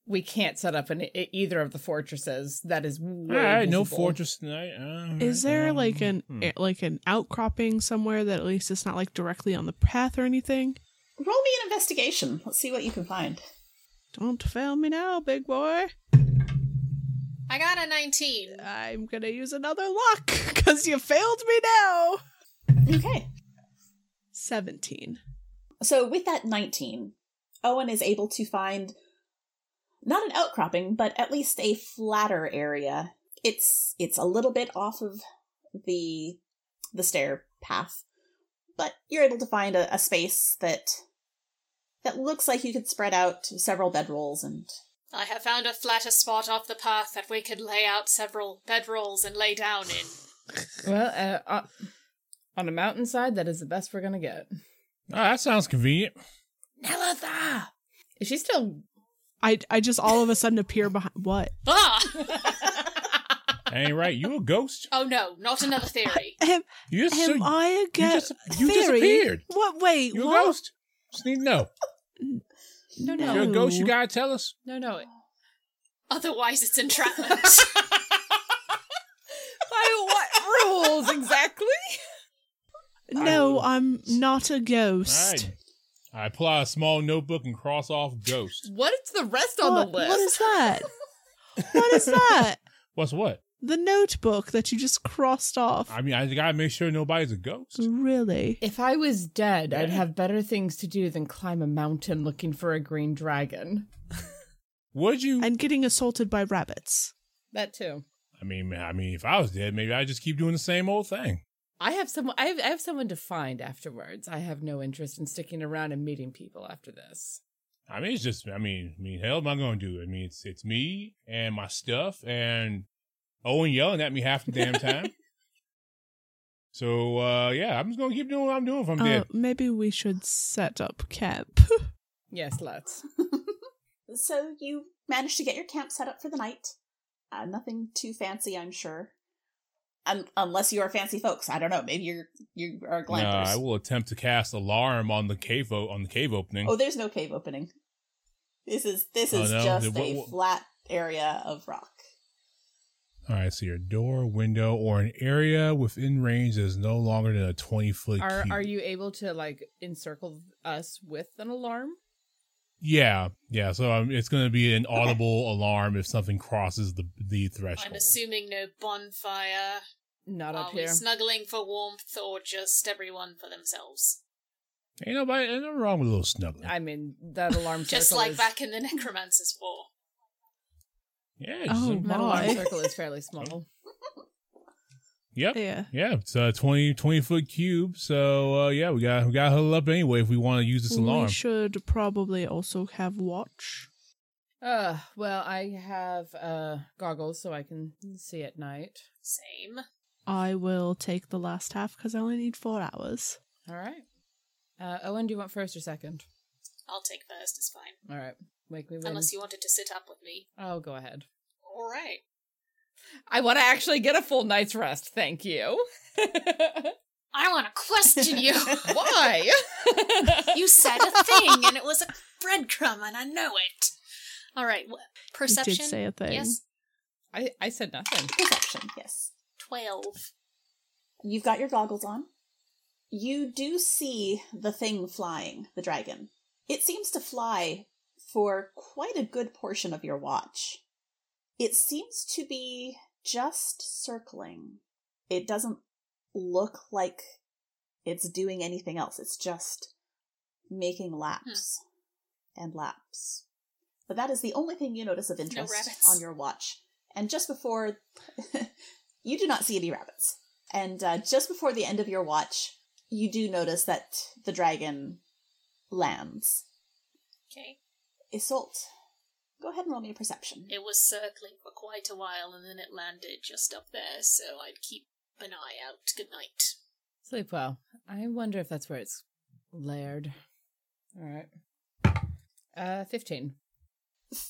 [SPEAKER 4] We can't set up in e- either of the fortresses. That is way
[SPEAKER 5] All right, no
[SPEAKER 4] visible.
[SPEAKER 5] fortress tonight. All right,
[SPEAKER 7] Is there
[SPEAKER 5] um,
[SPEAKER 7] like an
[SPEAKER 5] hmm.
[SPEAKER 7] eh, like an outcropping somewhere that at least it's not like directly on the path or anything?
[SPEAKER 2] Roll me an investigation. Let's see what you can find.
[SPEAKER 7] Don't fail me now, big boy.
[SPEAKER 6] I got a 19.
[SPEAKER 7] I'm gonna use another luck because you failed me now.
[SPEAKER 2] Okay.
[SPEAKER 7] Seventeen.
[SPEAKER 2] So with that 19, Owen is able to find not an outcropping, but at least a flatter area. It's it's a little bit off of the the stair path, but you're able to find a, a space that that looks like you could spread out several bedrolls and
[SPEAKER 6] I have found a flatter spot off the path that we could lay out several bedrolls and lay down in.
[SPEAKER 4] Well, uh, on- on a mountainside, that is the best we're gonna get.
[SPEAKER 5] Oh, that sounds convenient.
[SPEAKER 4] Nelitha! Is she still?
[SPEAKER 7] I I just all of a sudden appear behind what?
[SPEAKER 6] Ah!
[SPEAKER 5] Ain't right. You a ghost?
[SPEAKER 6] Oh no, not another theory.
[SPEAKER 7] Am,
[SPEAKER 5] You just
[SPEAKER 7] am
[SPEAKER 5] so-
[SPEAKER 7] I a ghost?
[SPEAKER 5] just- you disappeared.
[SPEAKER 7] What? Wait,
[SPEAKER 5] you a
[SPEAKER 7] what?
[SPEAKER 5] ghost? Just need to know.
[SPEAKER 4] No,
[SPEAKER 7] No.
[SPEAKER 5] You're a
[SPEAKER 4] no,
[SPEAKER 5] ghost. You gotta tell us.
[SPEAKER 4] no, no.
[SPEAKER 6] Otherwise, it's entrapment.
[SPEAKER 4] By what rules exactly?
[SPEAKER 7] No, I'm not a
[SPEAKER 5] All
[SPEAKER 7] ghost.
[SPEAKER 5] right. I apply a small notebook and cross off ghost.
[SPEAKER 4] What's the rest on
[SPEAKER 7] What,
[SPEAKER 4] the list?
[SPEAKER 7] what is that? what is that?
[SPEAKER 5] What's what?
[SPEAKER 7] The notebook that you just crossed off.
[SPEAKER 5] I mean, I gotta make sure nobody's a ghost.
[SPEAKER 7] Mm. Really?
[SPEAKER 4] If I was dead, I'd
[SPEAKER 5] Yeah.
[SPEAKER 4] have better things to do than climb a mountain looking for a green dragon.
[SPEAKER 5] Would you?
[SPEAKER 7] And getting assaulted by rabbits.
[SPEAKER 4] That too.
[SPEAKER 5] I mean, I mean, if I was dead, maybe I'd just keep doing the same old thing.
[SPEAKER 4] I have someone. I have, I have someone to find afterwards. I have no interest in sticking around and meeting people after this.
[SPEAKER 5] I mean, it's just. I mean, I mean, hell, am I gonna do? I mean, it's it's me and my stuff and Owen yelling at me half the damn time. so uh yeah, I'm just gonna keep doing what I'm doing if I'm
[SPEAKER 7] Uh,
[SPEAKER 5] dead.
[SPEAKER 7] maybe we should set up camp.
[SPEAKER 4] Yes, let's.
[SPEAKER 2] So you managed to get your camp set up for the night. Uh, nothing too fancy, I'm sure. Un- unless you are fancy folks, I don't know. Maybe you're you are
[SPEAKER 5] Nah, I
[SPEAKER 2] glampers.
[SPEAKER 5] will attempt to cast alarm on the cave o- on the cave opening.
[SPEAKER 2] oh, there's no cave opening. This is this
[SPEAKER 5] Oh,
[SPEAKER 2] is
[SPEAKER 5] no?
[SPEAKER 2] just
[SPEAKER 5] Then what-
[SPEAKER 2] a
[SPEAKER 5] what-
[SPEAKER 2] flat area of rock.
[SPEAKER 5] All right, so your door, window, or an area within range that is no longer than a twenty foot.
[SPEAKER 4] Are
[SPEAKER 5] cube.
[SPEAKER 4] are you able to like encircle us with an alarm?
[SPEAKER 5] Yeah, yeah. So um, it's going to be an audible alarm if something crosses the the
[SPEAKER 6] I'm
[SPEAKER 5] threshold.
[SPEAKER 6] assuming no bonfire.
[SPEAKER 4] Not
[SPEAKER 6] Are
[SPEAKER 4] up
[SPEAKER 6] we
[SPEAKER 4] here.
[SPEAKER 6] snuggling for warmth or just everyone for themselves?
[SPEAKER 5] Ain't nobody, ain't nothing wrong with a little snuggling.
[SPEAKER 4] I mean, that alarm
[SPEAKER 6] Just
[SPEAKER 4] circle
[SPEAKER 6] like
[SPEAKER 4] is,
[SPEAKER 6] back in the Necromancer's War.
[SPEAKER 5] yeah. Just,
[SPEAKER 7] Oh.
[SPEAKER 4] That alarm
[SPEAKER 7] Why?
[SPEAKER 4] circle is fairly small.
[SPEAKER 5] yep.
[SPEAKER 7] yeah.
[SPEAKER 5] Yeah. It's a 20, 20 foot cube. So uh, yeah, we got we got to huddle up anyway if we want to use this alarm.
[SPEAKER 7] We should probably also have watch.
[SPEAKER 4] Uh, well, I have uh goggles so I can see at night.
[SPEAKER 6] Same.
[SPEAKER 7] I will take the last half because I only need four hours.
[SPEAKER 4] All right. Uh, Owen, do you want first or second?
[SPEAKER 6] I'll take first, it's fine.
[SPEAKER 4] All right. Make me win.
[SPEAKER 6] Unless you wanted to sit up with me.
[SPEAKER 4] oh, go ahead.
[SPEAKER 6] All right.
[SPEAKER 4] I want to actually get a full night's rest. Thank you.
[SPEAKER 6] I want to question you.
[SPEAKER 4] Why?
[SPEAKER 6] you said a thing, and it was a breadcrumb, and I know it. All right. Wh- perception.
[SPEAKER 3] You did say a thing.
[SPEAKER 6] Yes.
[SPEAKER 4] I, I said nothing.
[SPEAKER 2] Perception, yes.
[SPEAKER 6] Twelve.
[SPEAKER 2] You've got your goggles on. You do see the thing flying, the dragon. It seems to fly for quite a good portion of your watch. It seems to be just circling. It doesn't look like it's doing anything else. It's just making laps and laps. But that is the only thing you notice of interest
[SPEAKER 6] rabbits.
[SPEAKER 2] on your watch. And just before, you do not see any rabbits. And uh, just before the end of your watch, you do notice that the dragon lands.
[SPEAKER 6] Okay.
[SPEAKER 2] Isolt, go ahead and roll me a perception.
[SPEAKER 6] It was circling for quite a while, and then it landed just up there. So I'd keep an eye out. Good night.
[SPEAKER 4] Sleep well. I wonder if that's where it's layered. All right. Uh, 15.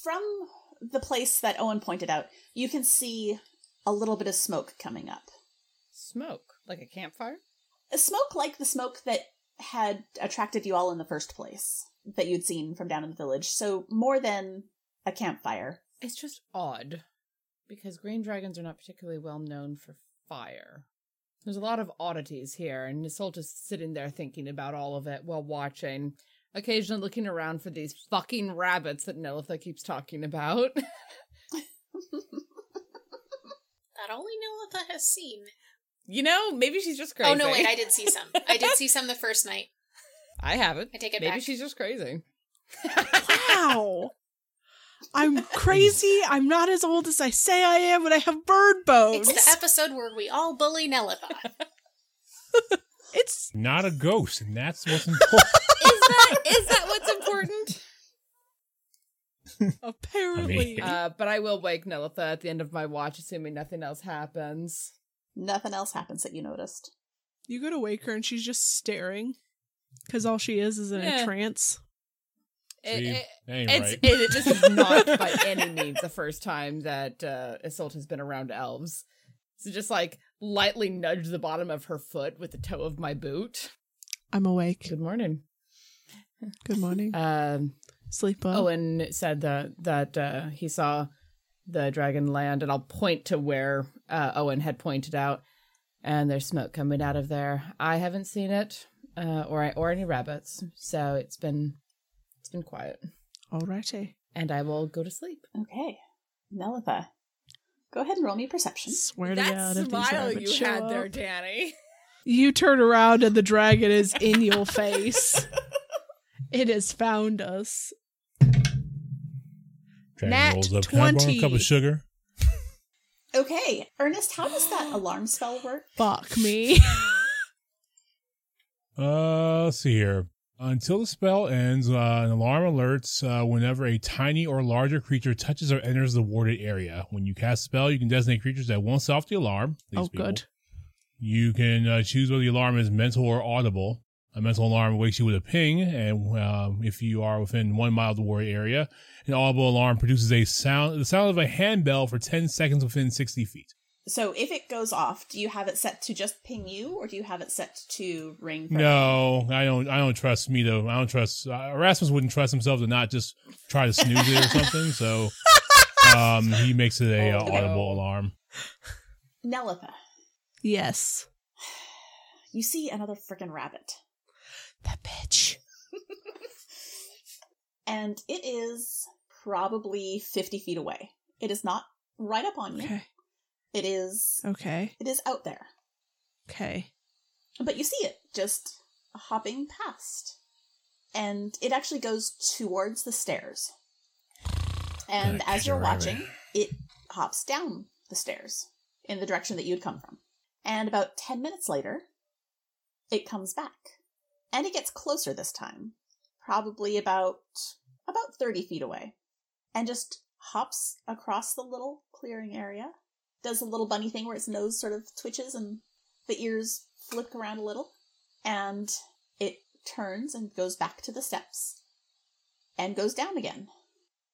[SPEAKER 2] From the place that Owen pointed out, you can see a little bit of smoke coming up.
[SPEAKER 4] Smoke. Like a campfire?
[SPEAKER 2] A smoke like the smoke that had attracted you all in the first place, that you'd seen from down in the village. So more than a campfire.
[SPEAKER 4] It's just odd because green dragons are not particularly well known for fire. There's a lot of oddities here, and Isolde is sitting there thinking about all of it while watching, occasionally looking around for these fucking rabbits that Nelitha keeps talking about.
[SPEAKER 6] That only Nilitha has seen.
[SPEAKER 4] you know, maybe she's just crazy.
[SPEAKER 6] Oh no, wait! I did see some. I did see some the first night.
[SPEAKER 4] I haven't.
[SPEAKER 6] I take it
[SPEAKER 4] maybe
[SPEAKER 6] back.
[SPEAKER 4] she's just crazy.
[SPEAKER 7] Wow. I'm crazy. I'm not as old as I say I am, but I have bird bones.
[SPEAKER 6] It's the episode where we all bully Nelitha.
[SPEAKER 7] It's-
[SPEAKER 5] Not a ghost, and that's what's important.
[SPEAKER 4] Is that is that what's important?
[SPEAKER 7] apparently.
[SPEAKER 4] Uh, but I will wake Nelitha at the end of my watch, assuming nothing else happens.
[SPEAKER 2] Nothing else happens that you noticed.
[SPEAKER 7] you go to wake her and she's just staring because all she is is in
[SPEAKER 4] Yeah.
[SPEAKER 7] a trance.
[SPEAKER 4] It-
[SPEAKER 5] See,
[SPEAKER 4] it-
[SPEAKER 5] that ain't
[SPEAKER 4] It's
[SPEAKER 5] right.
[SPEAKER 4] it, this is not by any means the first time that uh, Isolt has been around elves. So just like lightly nudge the bottom of her foot with the toe of my boot.
[SPEAKER 7] I'm awake.
[SPEAKER 4] Good morning.
[SPEAKER 7] Good morning.
[SPEAKER 4] Um,
[SPEAKER 7] Sleep well.
[SPEAKER 4] Owen said that that uh, he saw the dragon land, and I'll point to where uh, Owen had pointed out, and there's smoke coming out of there. I haven't seen it, uh, or or any rabbits, so it's been it's been quiet,
[SPEAKER 7] Alrighty.
[SPEAKER 4] and I will go to sleep.
[SPEAKER 2] Okay. Nelitha, go ahead and roll me a perception.
[SPEAKER 7] Swear to God, if these rabbits show up-
[SPEAKER 4] Danny.
[SPEAKER 7] You turn around and the dragon is in your face. it has found us.
[SPEAKER 5] Dragon
[SPEAKER 7] Nat
[SPEAKER 5] rolls up. Can I borrow a cup
[SPEAKER 7] 20.
[SPEAKER 5] of sugar?
[SPEAKER 2] Okay, Ernest, how does that alarm spell work?
[SPEAKER 7] Fuck me.
[SPEAKER 5] Uh, let's see here. Until the spell ends, uh, an alarm alerts uh, whenever a tiny or larger creature touches or enters the warded area. When you cast a spell, you can designate creatures that won't set off the alarm. these
[SPEAKER 7] oh,
[SPEAKER 5] people.
[SPEAKER 7] good.
[SPEAKER 5] You can uh, choose whether the alarm is mental or audible. A mental alarm wakes you with a ping, and um, if you are within one mile of the warrior area, an audible alarm produces a sound, the sound of a handbell for 10 seconds within 60 feet.
[SPEAKER 2] So if it goes off, do you have it set to just ping you, or do you have it set to ring? for-
[SPEAKER 5] No, I don't. I don't trust me though. I don't trust uh, Erasmus. Wouldn't trust himself to not just try to snooze it or something. So um, he makes it a uh,
[SPEAKER 4] Oh, no.
[SPEAKER 5] audible alarm.
[SPEAKER 2] Nelitha,
[SPEAKER 7] Yes.
[SPEAKER 2] you see another freaking rabbit,
[SPEAKER 7] That bitch.
[SPEAKER 2] and it is probably fifty feet away. It is not right up on you.
[SPEAKER 7] Okay.
[SPEAKER 2] It is.
[SPEAKER 7] Okay.
[SPEAKER 2] It is out there,
[SPEAKER 7] Okay.
[SPEAKER 2] but you see it just hopping past, and it actually goes towards the stairs. And
[SPEAKER 5] Gotta catch
[SPEAKER 2] as you're
[SPEAKER 5] a rabbit.
[SPEAKER 2] watching, it hops down the stairs in the direction that you'd come from. And about 10 minutes later, it comes back. And it gets closer this time, probably about about 30 feet away, and just hops across the little clearing area. Does a little bunny thing where its nose sort of twitches and the ears flip around a little, and it turns and goes back to the steps and goes down again.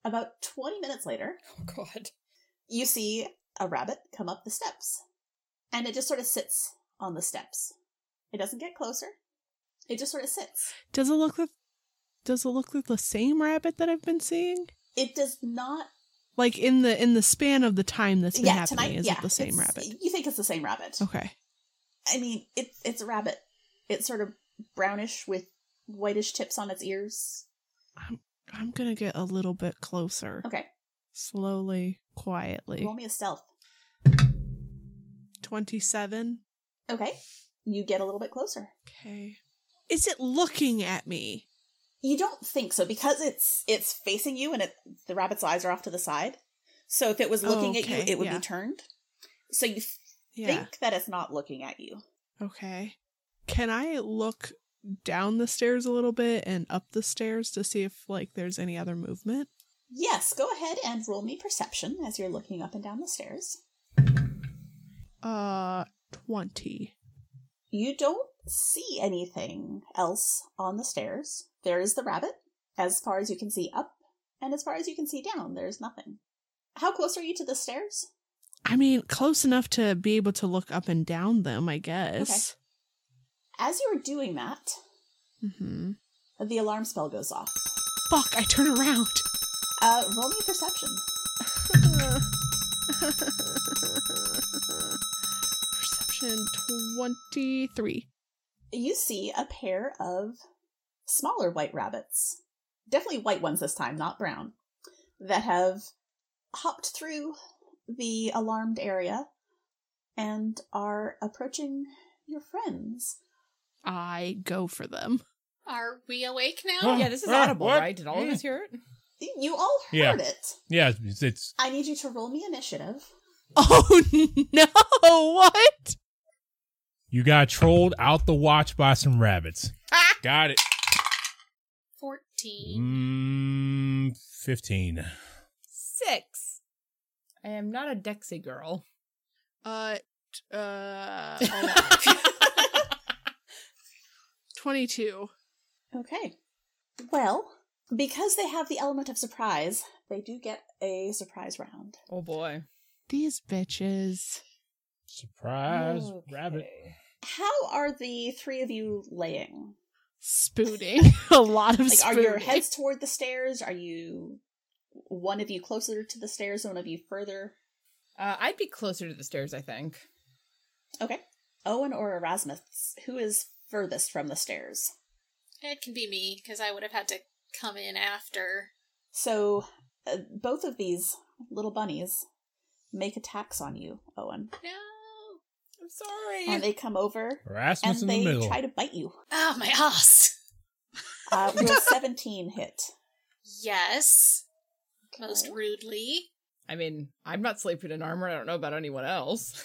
[SPEAKER 2] About 20 minutes later,
[SPEAKER 8] Oh god.
[SPEAKER 2] you see a rabbit come up the steps. And it just sort of sits on the steps. It doesn't get closer. It just sort of sits.
[SPEAKER 7] Does it look like does it look like the same rabbit that I've been seeing?
[SPEAKER 2] It does not.
[SPEAKER 7] Like in the in the span of the time that's been
[SPEAKER 2] yeah,
[SPEAKER 7] happening,
[SPEAKER 2] tonight.
[SPEAKER 7] is
[SPEAKER 2] yeah,
[SPEAKER 7] it the same
[SPEAKER 2] it's-
[SPEAKER 7] rabbit? Oh.
[SPEAKER 2] You think it's the same rabbit.
[SPEAKER 7] Okay.
[SPEAKER 2] I mean, it, it's a rabbit. It's sort of brownish with whitish tips on its ears.
[SPEAKER 7] I'm gonna get a little bit closer.
[SPEAKER 2] Okay,
[SPEAKER 7] Slowly, quietly.
[SPEAKER 2] roll me a stealth.
[SPEAKER 7] Twenty seven.
[SPEAKER 2] Okay, you get a little bit closer.
[SPEAKER 7] Okay. Is it looking at me?
[SPEAKER 2] You don't think so because it's it's facing you and it, the rabbit's eyes are off to the side. So if it was
[SPEAKER 7] Oh,
[SPEAKER 2] looking at
[SPEAKER 7] okay,
[SPEAKER 2] you, it would
[SPEAKER 7] yeah.
[SPEAKER 2] be turned. So you th-
[SPEAKER 7] Yeah.
[SPEAKER 2] think that it's not looking at you.
[SPEAKER 7] Okay. Can I look down the stairs a little bit and up the stairs to see if like there's any other movement?
[SPEAKER 2] Yes, go ahead and roll me perception as you're looking up and down the stairs.
[SPEAKER 7] Uh twenty.
[SPEAKER 2] You don't see anything else on the stairs. There is the rabbit. As far as you can see up, and as far as you can see down, there's nothing. How close are you to the stairs?
[SPEAKER 7] I mean, close enough to be able to look up and down them, I guess.
[SPEAKER 2] As you're doing that,
[SPEAKER 7] hmm
[SPEAKER 2] the alarm spell goes off.
[SPEAKER 7] Fuck, I turn around.
[SPEAKER 2] Uh, roll me perception.
[SPEAKER 7] Perception 23.
[SPEAKER 2] You see a pair of smaller white rabbits, definitely white ones this time, not brown, that have hopped through the alarmed area and are approaching your friends.
[SPEAKER 7] I go for them.
[SPEAKER 6] Are we awake
[SPEAKER 5] Huh?
[SPEAKER 2] Oh,
[SPEAKER 6] now?
[SPEAKER 4] Yeah, this is
[SPEAKER 5] Ah,
[SPEAKER 4] audible,
[SPEAKER 5] what?
[SPEAKER 4] right? Did all of
[SPEAKER 5] Yeah.
[SPEAKER 2] Mm.
[SPEAKER 4] us hear it?
[SPEAKER 2] You all heard
[SPEAKER 5] Yeah.
[SPEAKER 2] it.
[SPEAKER 5] Yeah, it's, it's
[SPEAKER 2] I need you to roll me initiative.
[SPEAKER 7] Oh no, what?
[SPEAKER 5] you got trolled out the watch by some rabbits. Got it.
[SPEAKER 6] 14.
[SPEAKER 5] Mm, Fifteen.
[SPEAKER 4] Six. I am not a Dexy girl.
[SPEAKER 7] Uh, t- uh,
[SPEAKER 6] oh
[SPEAKER 7] 22.
[SPEAKER 2] Okay. Well, because they have the element of surprise, they do get a surprise round.
[SPEAKER 4] Oh boy.
[SPEAKER 7] These bitches.
[SPEAKER 5] Surprise
[SPEAKER 4] Okay.
[SPEAKER 5] rabbit.
[SPEAKER 2] How are the three of you laying?
[SPEAKER 7] Spooning. A lot of
[SPEAKER 2] Like, are
[SPEAKER 7] spooning.
[SPEAKER 2] your heads toward the stairs? Are you one of you closer to the stairs, one of you further?
[SPEAKER 4] Uh, I'd be closer to the stairs, I think.
[SPEAKER 2] Okay. Owen or Erasmus, who is furthest from the stairs?
[SPEAKER 6] it can be me, because I would have had to come in after.
[SPEAKER 2] So, uh, both of these little bunnies make attacks on you, Owen,
[SPEAKER 6] No.
[SPEAKER 4] I'm sorry.
[SPEAKER 2] and they come over and
[SPEAKER 5] Erasmus in the
[SPEAKER 2] they
[SPEAKER 5] middle.
[SPEAKER 2] try to bite you.
[SPEAKER 6] Oh, my ass.
[SPEAKER 2] Uh, will seventeen hit?
[SPEAKER 6] Yes. Most
[SPEAKER 2] Okay.
[SPEAKER 6] rudely.
[SPEAKER 4] I mean, I'm not sleeping in armor. I don't know about anyone else.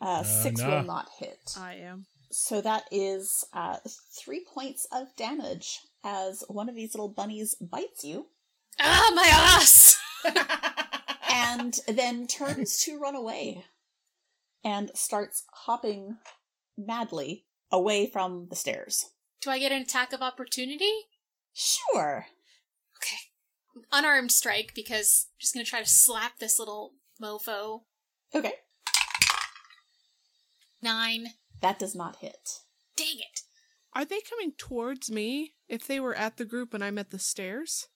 [SPEAKER 2] Uh,
[SPEAKER 5] Uh,
[SPEAKER 2] six
[SPEAKER 5] nah.
[SPEAKER 2] will not hit.
[SPEAKER 7] I am.
[SPEAKER 2] So that is uh, three points of damage as one of these little bunnies bites you
[SPEAKER 6] Ah, my ass.
[SPEAKER 2] and then turns to run away and starts hopping madly away from the stairs.
[SPEAKER 6] Do I get an attack of opportunity?
[SPEAKER 2] Sure.
[SPEAKER 6] Unarmed strike, because I'm just going to try to slap this little mofo.
[SPEAKER 2] Okay.
[SPEAKER 6] Nine.
[SPEAKER 2] That does not hit.
[SPEAKER 6] Dang it.
[SPEAKER 7] Are they coming towards me if they were at the group and I'm at the stairs?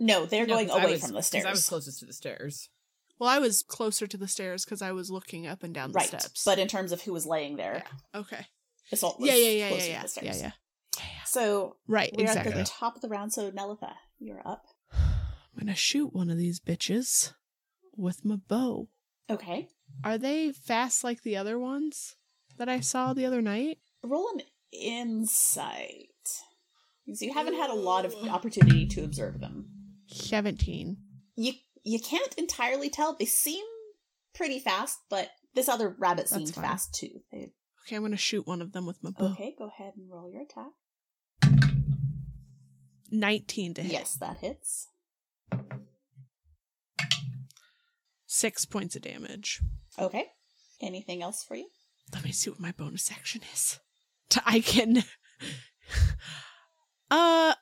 [SPEAKER 2] No, they're
[SPEAKER 4] No,
[SPEAKER 2] going
[SPEAKER 4] 'cause I
[SPEAKER 2] away
[SPEAKER 4] was-
[SPEAKER 2] from the
[SPEAKER 4] 'cause
[SPEAKER 2] stairs.
[SPEAKER 4] I was closest to the stairs.
[SPEAKER 7] Well, I was closer to the stairs because I was looking up and down the
[SPEAKER 2] right.
[SPEAKER 7] steps.
[SPEAKER 2] But in terms of who was laying there,
[SPEAKER 7] okay.
[SPEAKER 2] Assault was
[SPEAKER 7] Yeah, yeah, yeah, yeah,
[SPEAKER 2] closer to
[SPEAKER 7] yeah,
[SPEAKER 2] the stairs.
[SPEAKER 7] yeah, yeah.
[SPEAKER 2] So
[SPEAKER 7] Right,
[SPEAKER 2] we're
[SPEAKER 7] exactly.
[SPEAKER 2] at the top of the round, so Nelitha, you're up.
[SPEAKER 7] I'm gonna shoot one of these bitches with my bow.
[SPEAKER 2] Okay.
[SPEAKER 7] Are they fast like the other ones that I saw the other night?
[SPEAKER 2] Roll an insight. Because you haven't had a lot
[SPEAKER 7] Mm.
[SPEAKER 2] of opportunity to observe them.
[SPEAKER 7] Seventeen.
[SPEAKER 2] You you can't entirely tell. They seem pretty fast, but this other rabbit
[SPEAKER 7] That's
[SPEAKER 2] seemed
[SPEAKER 7] fine.
[SPEAKER 2] fast too. They,
[SPEAKER 7] Okay, I'm gonna shoot one of them with my bow.
[SPEAKER 2] okay, go ahead and roll your attack.
[SPEAKER 7] Nineteen to hit.
[SPEAKER 2] Yes, that hits.
[SPEAKER 7] Six points of damage.
[SPEAKER 2] Okay. Anything else for you?
[SPEAKER 7] Let me see what my bonus action is. T- I can. uh,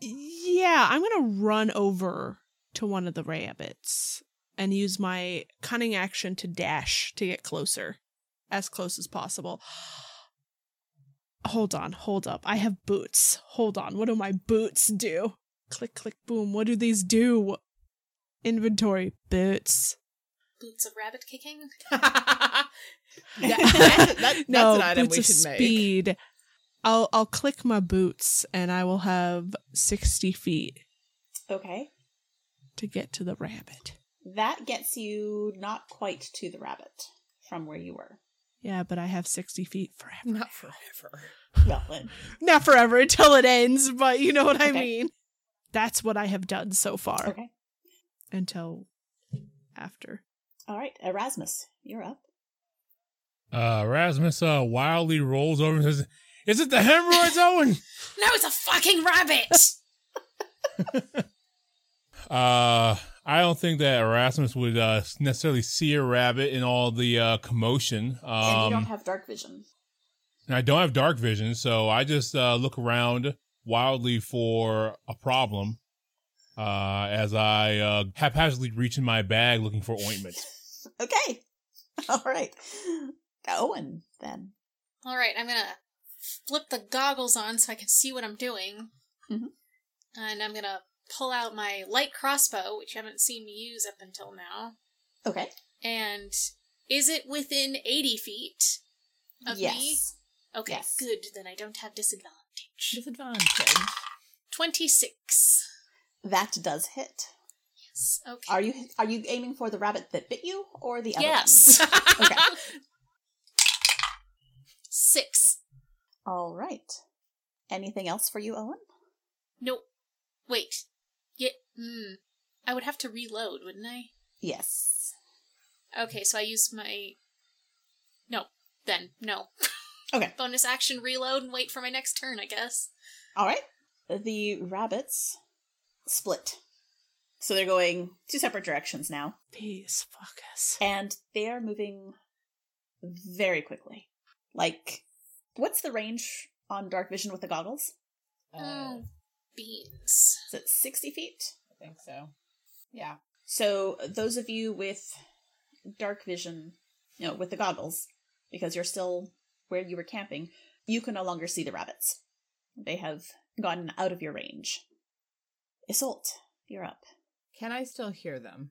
[SPEAKER 7] yeah, I'm gonna run over to one of the rabbits and use my cunning action to dash to get closer, as close as possible. Hold on, hold up. I have boots. Hold on. What do my boots do? Click, click, boom. What do these do? Inventory boots.
[SPEAKER 6] Boots of rabbit kicking.
[SPEAKER 4] that, that's, that, that's
[SPEAKER 7] no,
[SPEAKER 4] an item
[SPEAKER 7] boots
[SPEAKER 4] we
[SPEAKER 7] of
[SPEAKER 4] should make.
[SPEAKER 7] speed. I'll I'll click my boots and I will have sixty feet
[SPEAKER 2] Okay.
[SPEAKER 7] to get to the rabbit.
[SPEAKER 2] That gets you not quite to the rabbit from where you were.
[SPEAKER 7] Yeah, but I have sixty feet forever.
[SPEAKER 4] Not forever.
[SPEAKER 2] Well, then.
[SPEAKER 7] Not forever until it ends, but you know what I
[SPEAKER 2] Okay.
[SPEAKER 7] mean. That's what I have done so far
[SPEAKER 2] Okay.
[SPEAKER 7] until after.
[SPEAKER 2] All right. Erasmus, you're up.
[SPEAKER 5] Uh, Rasmus uh, wildly rolls over and says, "Is it the hemorrhoids, Owen?"
[SPEAKER 6] No, it's a fucking rabbit.
[SPEAKER 5] Uh, I don't think that Erasmus would uh, necessarily see a rabbit in all the uh, commotion. Um,
[SPEAKER 2] and you don't have dark vision.
[SPEAKER 5] And I don't have dark vision, so I just uh, look around wildly for a problem uh, as I uh, haphazardly reach in my bag looking for ointment.
[SPEAKER 2] Okay. All right. Owen, then.
[SPEAKER 6] All right, I'm gonna flip the goggles on so I can see what I'm doing, Mm-hmm.
[SPEAKER 2] Mhm.
[SPEAKER 6] and I'm gonna pull out my light crossbow, which you haven't seen me use up until now.
[SPEAKER 2] Okay.
[SPEAKER 6] And is it within 80 feet of
[SPEAKER 2] yes.
[SPEAKER 6] me? Okay,
[SPEAKER 2] Yes.
[SPEAKER 6] good. Then I don't have disadvantage.
[SPEAKER 4] Disadvantage.
[SPEAKER 6] 26.
[SPEAKER 2] That does hit.
[SPEAKER 6] Yes. Okay.
[SPEAKER 2] Are you are you aiming for the rabbit that bit you or the other
[SPEAKER 6] Yes.
[SPEAKER 2] one? okay.
[SPEAKER 6] Six.
[SPEAKER 2] All right. Anything else for you, Owen?
[SPEAKER 6] No. Wait. Yeah. Hmm. I would have to reload, wouldn't I?
[SPEAKER 2] Yes.
[SPEAKER 6] Okay, so I use my. No, then. No.
[SPEAKER 2] Okay.
[SPEAKER 6] Bonus action reload and wait for my next turn, I guess.
[SPEAKER 2] All right. The rabbits split. So they're going two separate directions now.
[SPEAKER 7] These fuckers.
[SPEAKER 2] And they are moving very quickly. Like, what's the range on dark vision with the goggles?
[SPEAKER 4] Uh,
[SPEAKER 6] Oh, Beans.
[SPEAKER 2] Is it 60 feet?
[SPEAKER 4] I think so. Yeah.
[SPEAKER 2] So, uh, those of you with dark vision, no, with the goggles, because you're still where you were camping, you can no longer see the rabbits. They have gotten out of your range. Isolt, you're up.
[SPEAKER 4] Can I still hear them?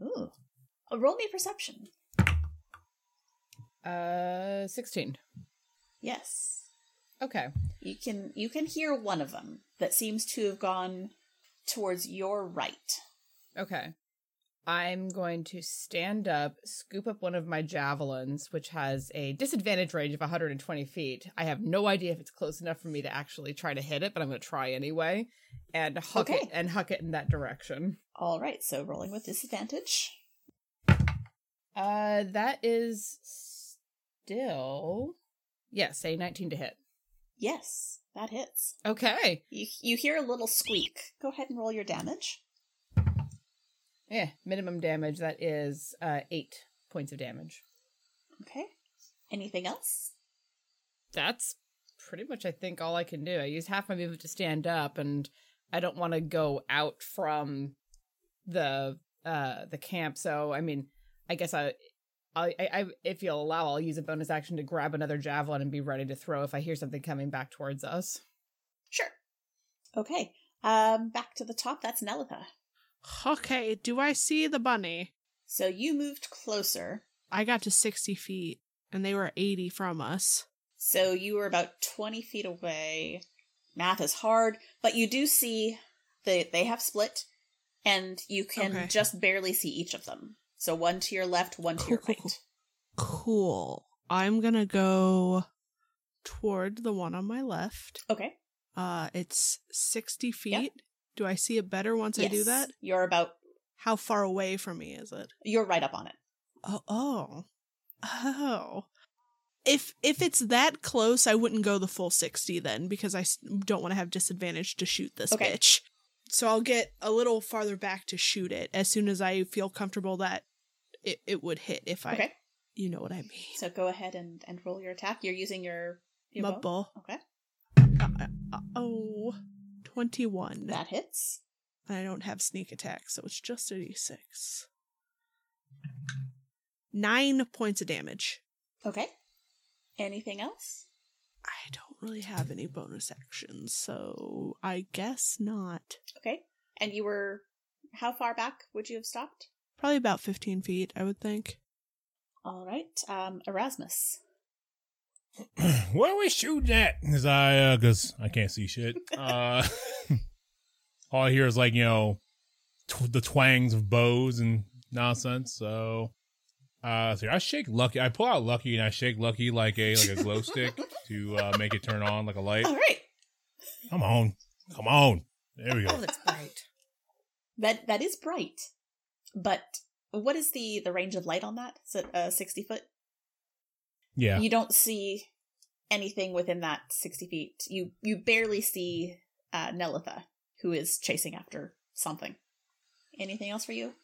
[SPEAKER 2] Ooh. Uh, Roll me perception.
[SPEAKER 4] Uh, 16.
[SPEAKER 2] Yes.
[SPEAKER 4] Okay.
[SPEAKER 2] You can you can hear one of them that seems to have gone towards your right.
[SPEAKER 4] Okay. I'm going to stand up, scoop up one of my javelins, which has a disadvantage range of 120 feet. I have no idea if it's close enough for me to actually try to hit it, but I'm going to try anyway and huck it
[SPEAKER 2] Okay.
[SPEAKER 4] and huck it in that direction.
[SPEAKER 2] All right, so rolling with disadvantage.
[SPEAKER 4] Uh, that is still yes, a 19 to hit.
[SPEAKER 2] Yes, that hits.
[SPEAKER 4] Okay.
[SPEAKER 2] You you hear a little squeak. Go ahead and roll your damage.
[SPEAKER 4] Yeah, minimum damage. That is uh eight points of damage.
[SPEAKER 2] Okay. Anything else?
[SPEAKER 4] that's pretty much I think all I can do. I use half my movement to stand up and I don't want to go out from the uh the camp. So I mean, I guess I I, I, I- if you'll allow, I'll use a bonus action to grab another javelin and be ready to throw if I hear something coming back towards us.
[SPEAKER 2] Sure. Okay. Um back to the top, that's Nelitha.
[SPEAKER 7] Okay, do I see the bunny?
[SPEAKER 2] So you moved closer.
[SPEAKER 7] I got to 60 feet and they were 80 from us.
[SPEAKER 2] So you were about 20 feet away. Math is hard, but you do see they they have split and you can
[SPEAKER 7] Okay.
[SPEAKER 2] just barely see each of them. So one to your left, one to
[SPEAKER 7] Cool,
[SPEAKER 2] your
[SPEAKER 7] cool,
[SPEAKER 2] right.
[SPEAKER 7] cool. Cool. I'm going to go toward the one on my left.
[SPEAKER 2] Okay.
[SPEAKER 7] Uh it's 60 feet.
[SPEAKER 2] Yeah.
[SPEAKER 7] Do I see it better once I do
[SPEAKER 2] Yes.
[SPEAKER 7] that?
[SPEAKER 2] You're about
[SPEAKER 7] How far away from me is it?
[SPEAKER 2] you're right up on it.
[SPEAKER 7] Oh, oh. Oh. If if it's that close, I wouldn't go the full 60 then because I s- don't want to have disadvantage to shoot this
[SPEAKER 2] Okay.
[SPEAKER 7] bitch. So I'll get a little farther back to shoot it as soon as I feel comfortable that it, it would hit if I
[SPEAKER 2] Okay.
[SPEAKER 7] you know what I mean.
[SPEAKER 2] So go ahead and, and roll your attack. You're using your, your
[SPEAKER 7] My
[SPEAKER 2] bow?
[SPEAKER 7] ball.
[SPEAKER 2] Okay.
[SPEAKER 7] Uh, uh, uh, oh, 21.
[SPEAKER 2] That hits.
[SPEAKER 7] And I don't have sneak attack, so it's just a d6. Nine points of damage.
[SPEAKER 2] Okay. Anything else?
[SPEAKER 7] I don't really have any bonus actions, so I guess not.
[SPEAKER 2] Okay. And you were how far back would you have stopped?
[SPEAKER 7] Probably about 15 feet, I would think.
[SPEAKER 2] All right. Um, Erasmus.
[SPEAKER 5] Where we shooting at? As I, uh 'cause I can't see shit. Uh, all I hear is like you know, tw- the twangs of bows and nonsense. So, uh, so I shake Lucky. I pull out Lucky and I shake Lucky like a like a glow stick to uh, make it turn on like a light.
[SPEAKER 2] All right.
[SPEAKER 5] Come on, come on. There we
[SPEAKER 8] Oh,
[SPEAKER 5] go.
[SPEAKER 8] that's bright.
[SPEAKER 2] That that is bright, but what is the the range of light on that? Is it uh, sixty foot?
[SPEAKER 5] Yeah.
[SPEAKER 2] You don't see anything within that sixty feet. You you barely see uh, Nelitha, who is chasing after something. Anything else for you?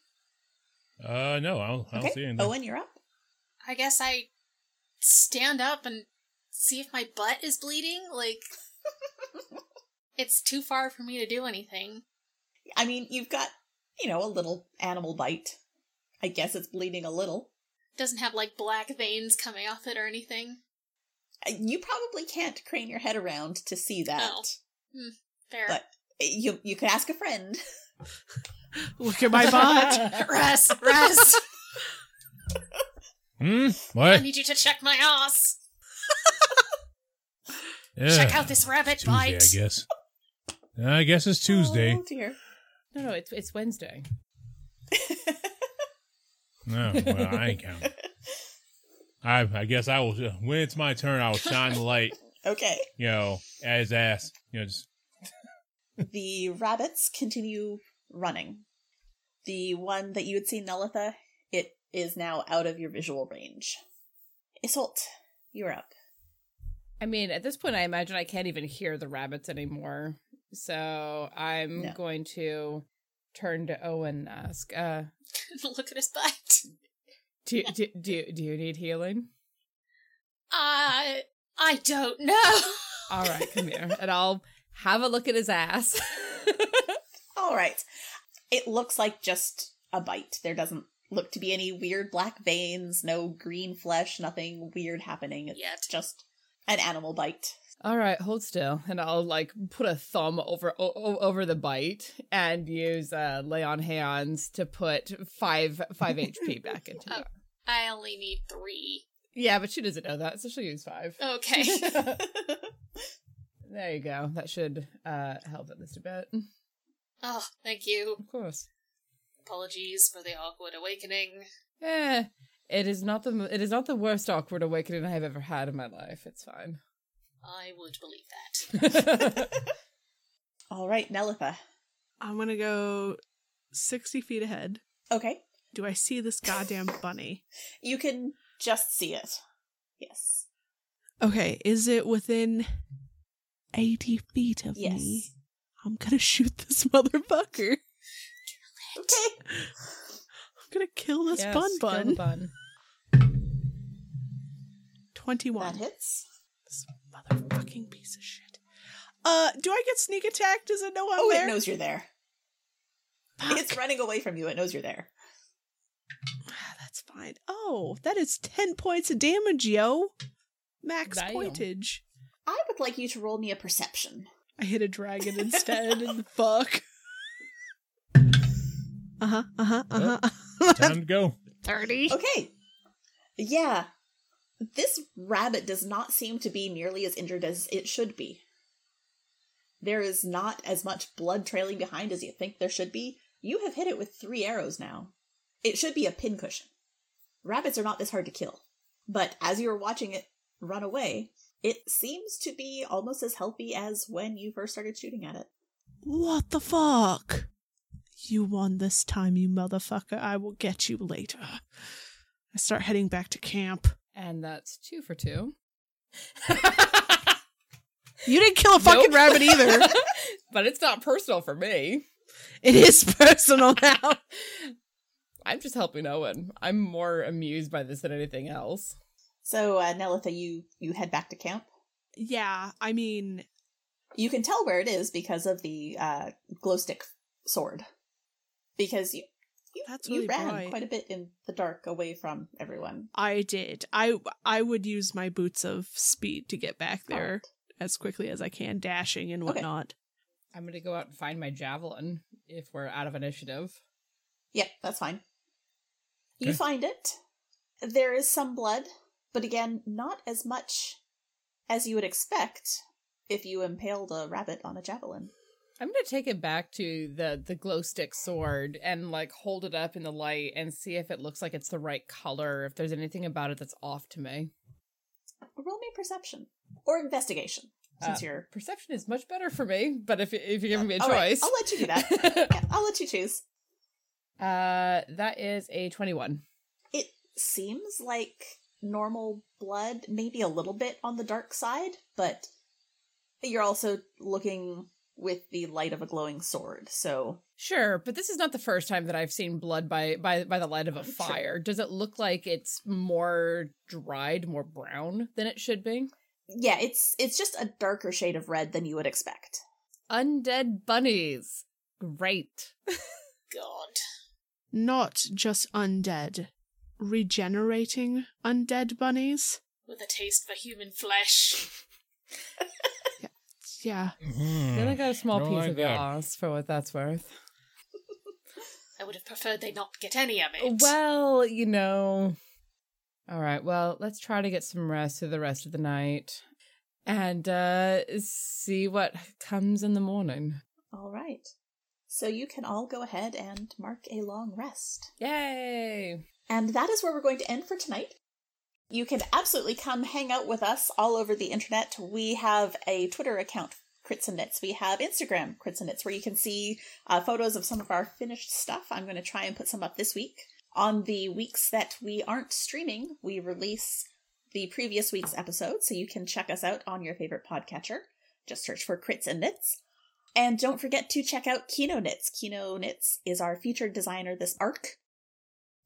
[SPEAKER 5] Uh, no, I don't, I don't see anything.
[SPEAKER 2] Owen, you're up.
[SPEAKER 6] I guess I stand up and see if my butt is bleeding. Like, it's too far for me to do anything.
[SPEAKER 2] I mean, you've got you know a little animal bite. I guess it's bleeding a little.
[SPEAKER 6] Doesn't have like black veins coming off it or anything.
[SPEAKER 2] Uh, You probably can't crane your head around to see that.
[SPEAKER 6] Oh. Fair.
[SPEAKER 2] But- You you could ask a friend.
[SPEAKER 7] Look at my bot!
[SPEAKER 6] Rest, rest.
[SPEAKER 5] Hmm.
[SPEAKER 6] I
[SPEAKER 5] What?
[SPEAKER 6] need you to check my ass.
[SPEAKER 5] Yeah.
[SPEAKER 6] Check out this rabbit
[SPEAKER 5] Tuesday,
[SPEAKER 6] bite.
[SPEAKER 5] I guess. I guess it's Tuesday.
[SPEAKER 2] Oh dear.
[SPEAKER 4] No, no, it's it's Wednesday.
[SPEAKER 5] No, well, I ain't counting. I I guess I will. uh, When it's my turn, I will shine the light.
[SPEAKER 2] Okay.
[SPEAKER 5] You know, at his ass. You know, just
[SPEAKER 2] the rabbits continue running. The one that you had seen, Nelitha, it is now out of your visual range. Isolt, you're up.
[SPEAKER 4] I mean, at this point, I imagine I can't even hear the rabbits anymore. So I'm
[SPEAKER 2] No.
[SPEAKER 4] going to turn to Owen and ask, uh,
[SPEAKER 6] Look at his butt.
[SPEAKER 4] do, do, do, do you need healing?
[SPEAKER 6] I Uh, I don't know.
[SPEAKER 4] All right, come here. And I'll have a look at his ass.
[SPEAKER 2] All right. It looks like just a bite. There doesn't look to be any weird black veins, no green flesh, nothing weird happening. It's
[SPEAKER 6] Yet.
[SPEAKER 2] just an animal bite.
[SPEAKER 4] All right, hold still. And I'll like put a thumb over o- o- over the bite and use uh, lay on hands to put five five HP back into
[SPEAKER 6] Oh.
[SPEAKER 4] it.
[SPEAKER 6] I only need three.
[SPEAKER 4] Yeah, but she doesn't know that, so she'll use five.
[SPEAKER 6] Okay.
[SPEAKER 4] There you go. That should uh, help at least a bit.
[SPEAKER 6] oh, thank you.
[SPEAKER 4] Of course.
[SPEAKER 6] Apologies for the awkward awakening.
[SPEAKER 4] Eh, it is not the it is not the worst awkward awakening I have ever had in my life. It's fine.
[SPEAKER 6] I would believe that.
[SPEAKER 2] All right, Nelitha.
[SPEAKER 7] I'm gonna go 60 feet ahead.
[SPEAKER 2] Okay.
[SPEAKER 7] Do I see this goddamn bunny?
[SPEAKER 2] You can just see it. Yes.
[SPEAKER 7] Okay, is it within 80 feet of
[SPEAKER 2] Yes.
[SPEAKER 7] me? I'm gonna shoot this motherfucker.
[SPEAKER 2] Okay.
[SPEAKER 7] I'm gonna kill this
[SPEAKER 4] Yes,
[SPEAKER 7] bun
[SPEAKER 4] kill the
[SPEAKER 7] bun.
[SPEAKER 4] bun.
[SPEAKER 7] 21.
[SPEAKER 2] That hits.
[SPEAKER 7] This motherfucking piece of shit. Uh, do I get sneak attack? Does it know I'm
[SPEAKER 2] Oh,
[SPEAKER 7] there?
[SPEAKER 2] it knows you're there.
[SPEAKER 7] Fuck.
[SPEAKER 2] It's running away from you. It knows you're there.
[SPEAKER 7] Ah, That's fine. Oh, that is 10 points of damage, yo. Max
[SPEAKER 4] Damn.
[SPEAKER 7] pointage.
[SPEAKER 2] I would like you to roll me a perception.
[SPEAKER 7] I hit a dragon instead. and fuck. Uh huh. Uh huh. Uh huh.
[SPEAKER 5] time to go.
[SPEAKER 6] Thirty.
[SPEAKER 2] Okay. Yeah. This rabbit does not seem to be nearly as injured as it should be. There is not as much blood trailing behind as you think there should be. You have hit it with three arrows now. It should be a pincushion. Rabbits are not this hard to kill. But as you're watching it run away, it seems to be almost as healthy as when you first started shooting at it.
[SPEAKER 7] What the fuck? You won this time, you motherfucker. I will get you later. I start heading back to camp.
[SPEAKER 4] And that's two for two.
[SPEAKER 7] You didn't kill a fucking
[SPEAKER 4] Nope.
[SPEAKER 7] rabbit either.
[SPEAKER 4] but it's not personal for me.
[SPEAKER 7] it is personal now.
[SPEAKER 4] I'm just helping Owen. I'm more amused by this than anything else.
[SPEAKER 2] So, uh, Nelitha, you, you head back to camp.
[SPEAKER 7] yeah, I mean,
[SPEAKER 2] You can tell where it is because of the uh, glow stick sword because you you,
[SPEAKER 7] That's
[SPEAKER 2] you
[SPEAKER 7] really
[SPEAKER 2] ran
[SPEAKER 7] bright.
[SPEAKER 2] quite a bit in the dark away from everyone.
[SPEAKER 7] I did. I I would use my boots of speed to get back there as quickly as I can, dashing and
[SPEAKER 2] Okay.
[SPEAKER 7] whatnot.
[SPEAKER 4] I'm gonna go out and find my javelin if we're out of initiative.
[SPEAKER 2] Yep, that's fine. You
[SPEAKER 5] Okay.
[SPEAKER 2] find it. There is some blood, but again, not as much as you would expect if you impaled a rabbit on a javelin.
[SPEAKER 4] I'm gonna take it back to the the glow stick sword and like hold it up in the light and see if it looks like it's the right color. If there's anything about it that's off to me.
[SPEAKER 2] Roll me perception or investigation, since
[SPEAKER 4] Uh,
[SPEAKER 2] you're
[SPEAKER 4] Perception is much better for me, but if if you're giving me a
[SPEAKER 2] All right,
[SPEAKER 4] choice,
[SPEAKER 2] I'll let you do that. yeah, I'll let you choose.
[SPEAKER 4] uh, that is a twenty-one.
[SPEAKER 2] It seems like normal blood, maybe a little bit on the dark side, but you're also looking with the light of a glowing sword. So
[SPEAKER 4] Sure, but this is not the first time that I've seen blood by by by the light of a
[SPEAKER 2] Sure.
[SPEAKER 4] fire. Does it look like it's more dried, more brown than it should be?
[SPEAKER 2] yeah, it's it's just a darker shade of red than you would expect.
[SPEAKER 4] Undead bunnies. Great.
[SPEAKER 6] God.
[SPEAKER 7] Not just undead, regenerating undead bunnies.
[SPEAKER 6] With a taste for human flesh.
[SPEAKER 7] Yeah,
[SPEAKER 4] Then I got a small
[SPEAKER 5] Don't
[SPEAKER 4] piece
[SPEAKER 5] like
[SPEAKER 4] of your
[SPEAKER 5] that.
[SPEAKER 4] ass for what that's worth.
[SPEAKER 6] I would have preferred they not get any of it.
[SPEAKER 4] Well, you know. All right. Well, let's try to get some rest through the rest of the night, and uh see what comes in the morning.
[SPEAKER 2] All right. So you can all go ahead and mark a long rest.
[SPEAKER 4] Yay!
[SPEAKER 2] And that is where we're going to end for tonight. You can absolutely come hang out with us all over the internet. We have a Twitter account, Crits and Knits. We have Instagram, Crits and Knits, where you can see uh, photos of some of our finished stuff. I'm going to try and put some up this week. On the weeks that we aren't streaming, we release the previous week's episode, so you can check us out on your favorite podcatcher. Just search for Crits and Knits. And don't forget to check out Kino Knits. Kino Knits is our featured designer this arc.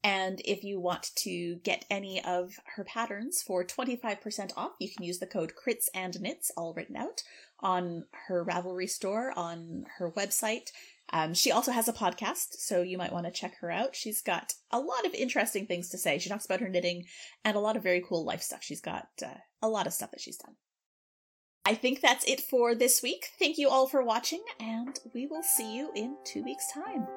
[SPEAKER 2] And if you want to get any of her patterns for 25% off, you can use the code crits and knits, all written out, on her Ravelry store, on her website. Um, she also has a podcast, so you might want to check her out. She's got a lot of interesting things to say. She talks about her knitting and a lot of very cool life stuff. She's got uh, a lot of stuff that she's done. I think that's it for this week. Thank you all for watching, and we will see you in two weeks' time.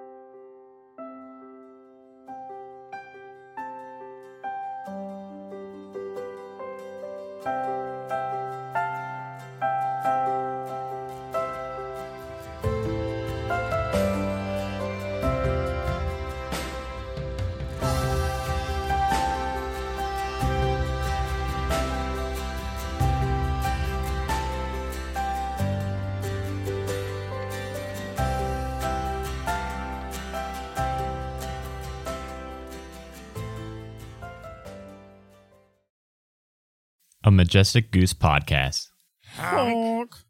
[SPEAKER 8] A Majestic Goose podcast.
[SPEAKER 5] Honk.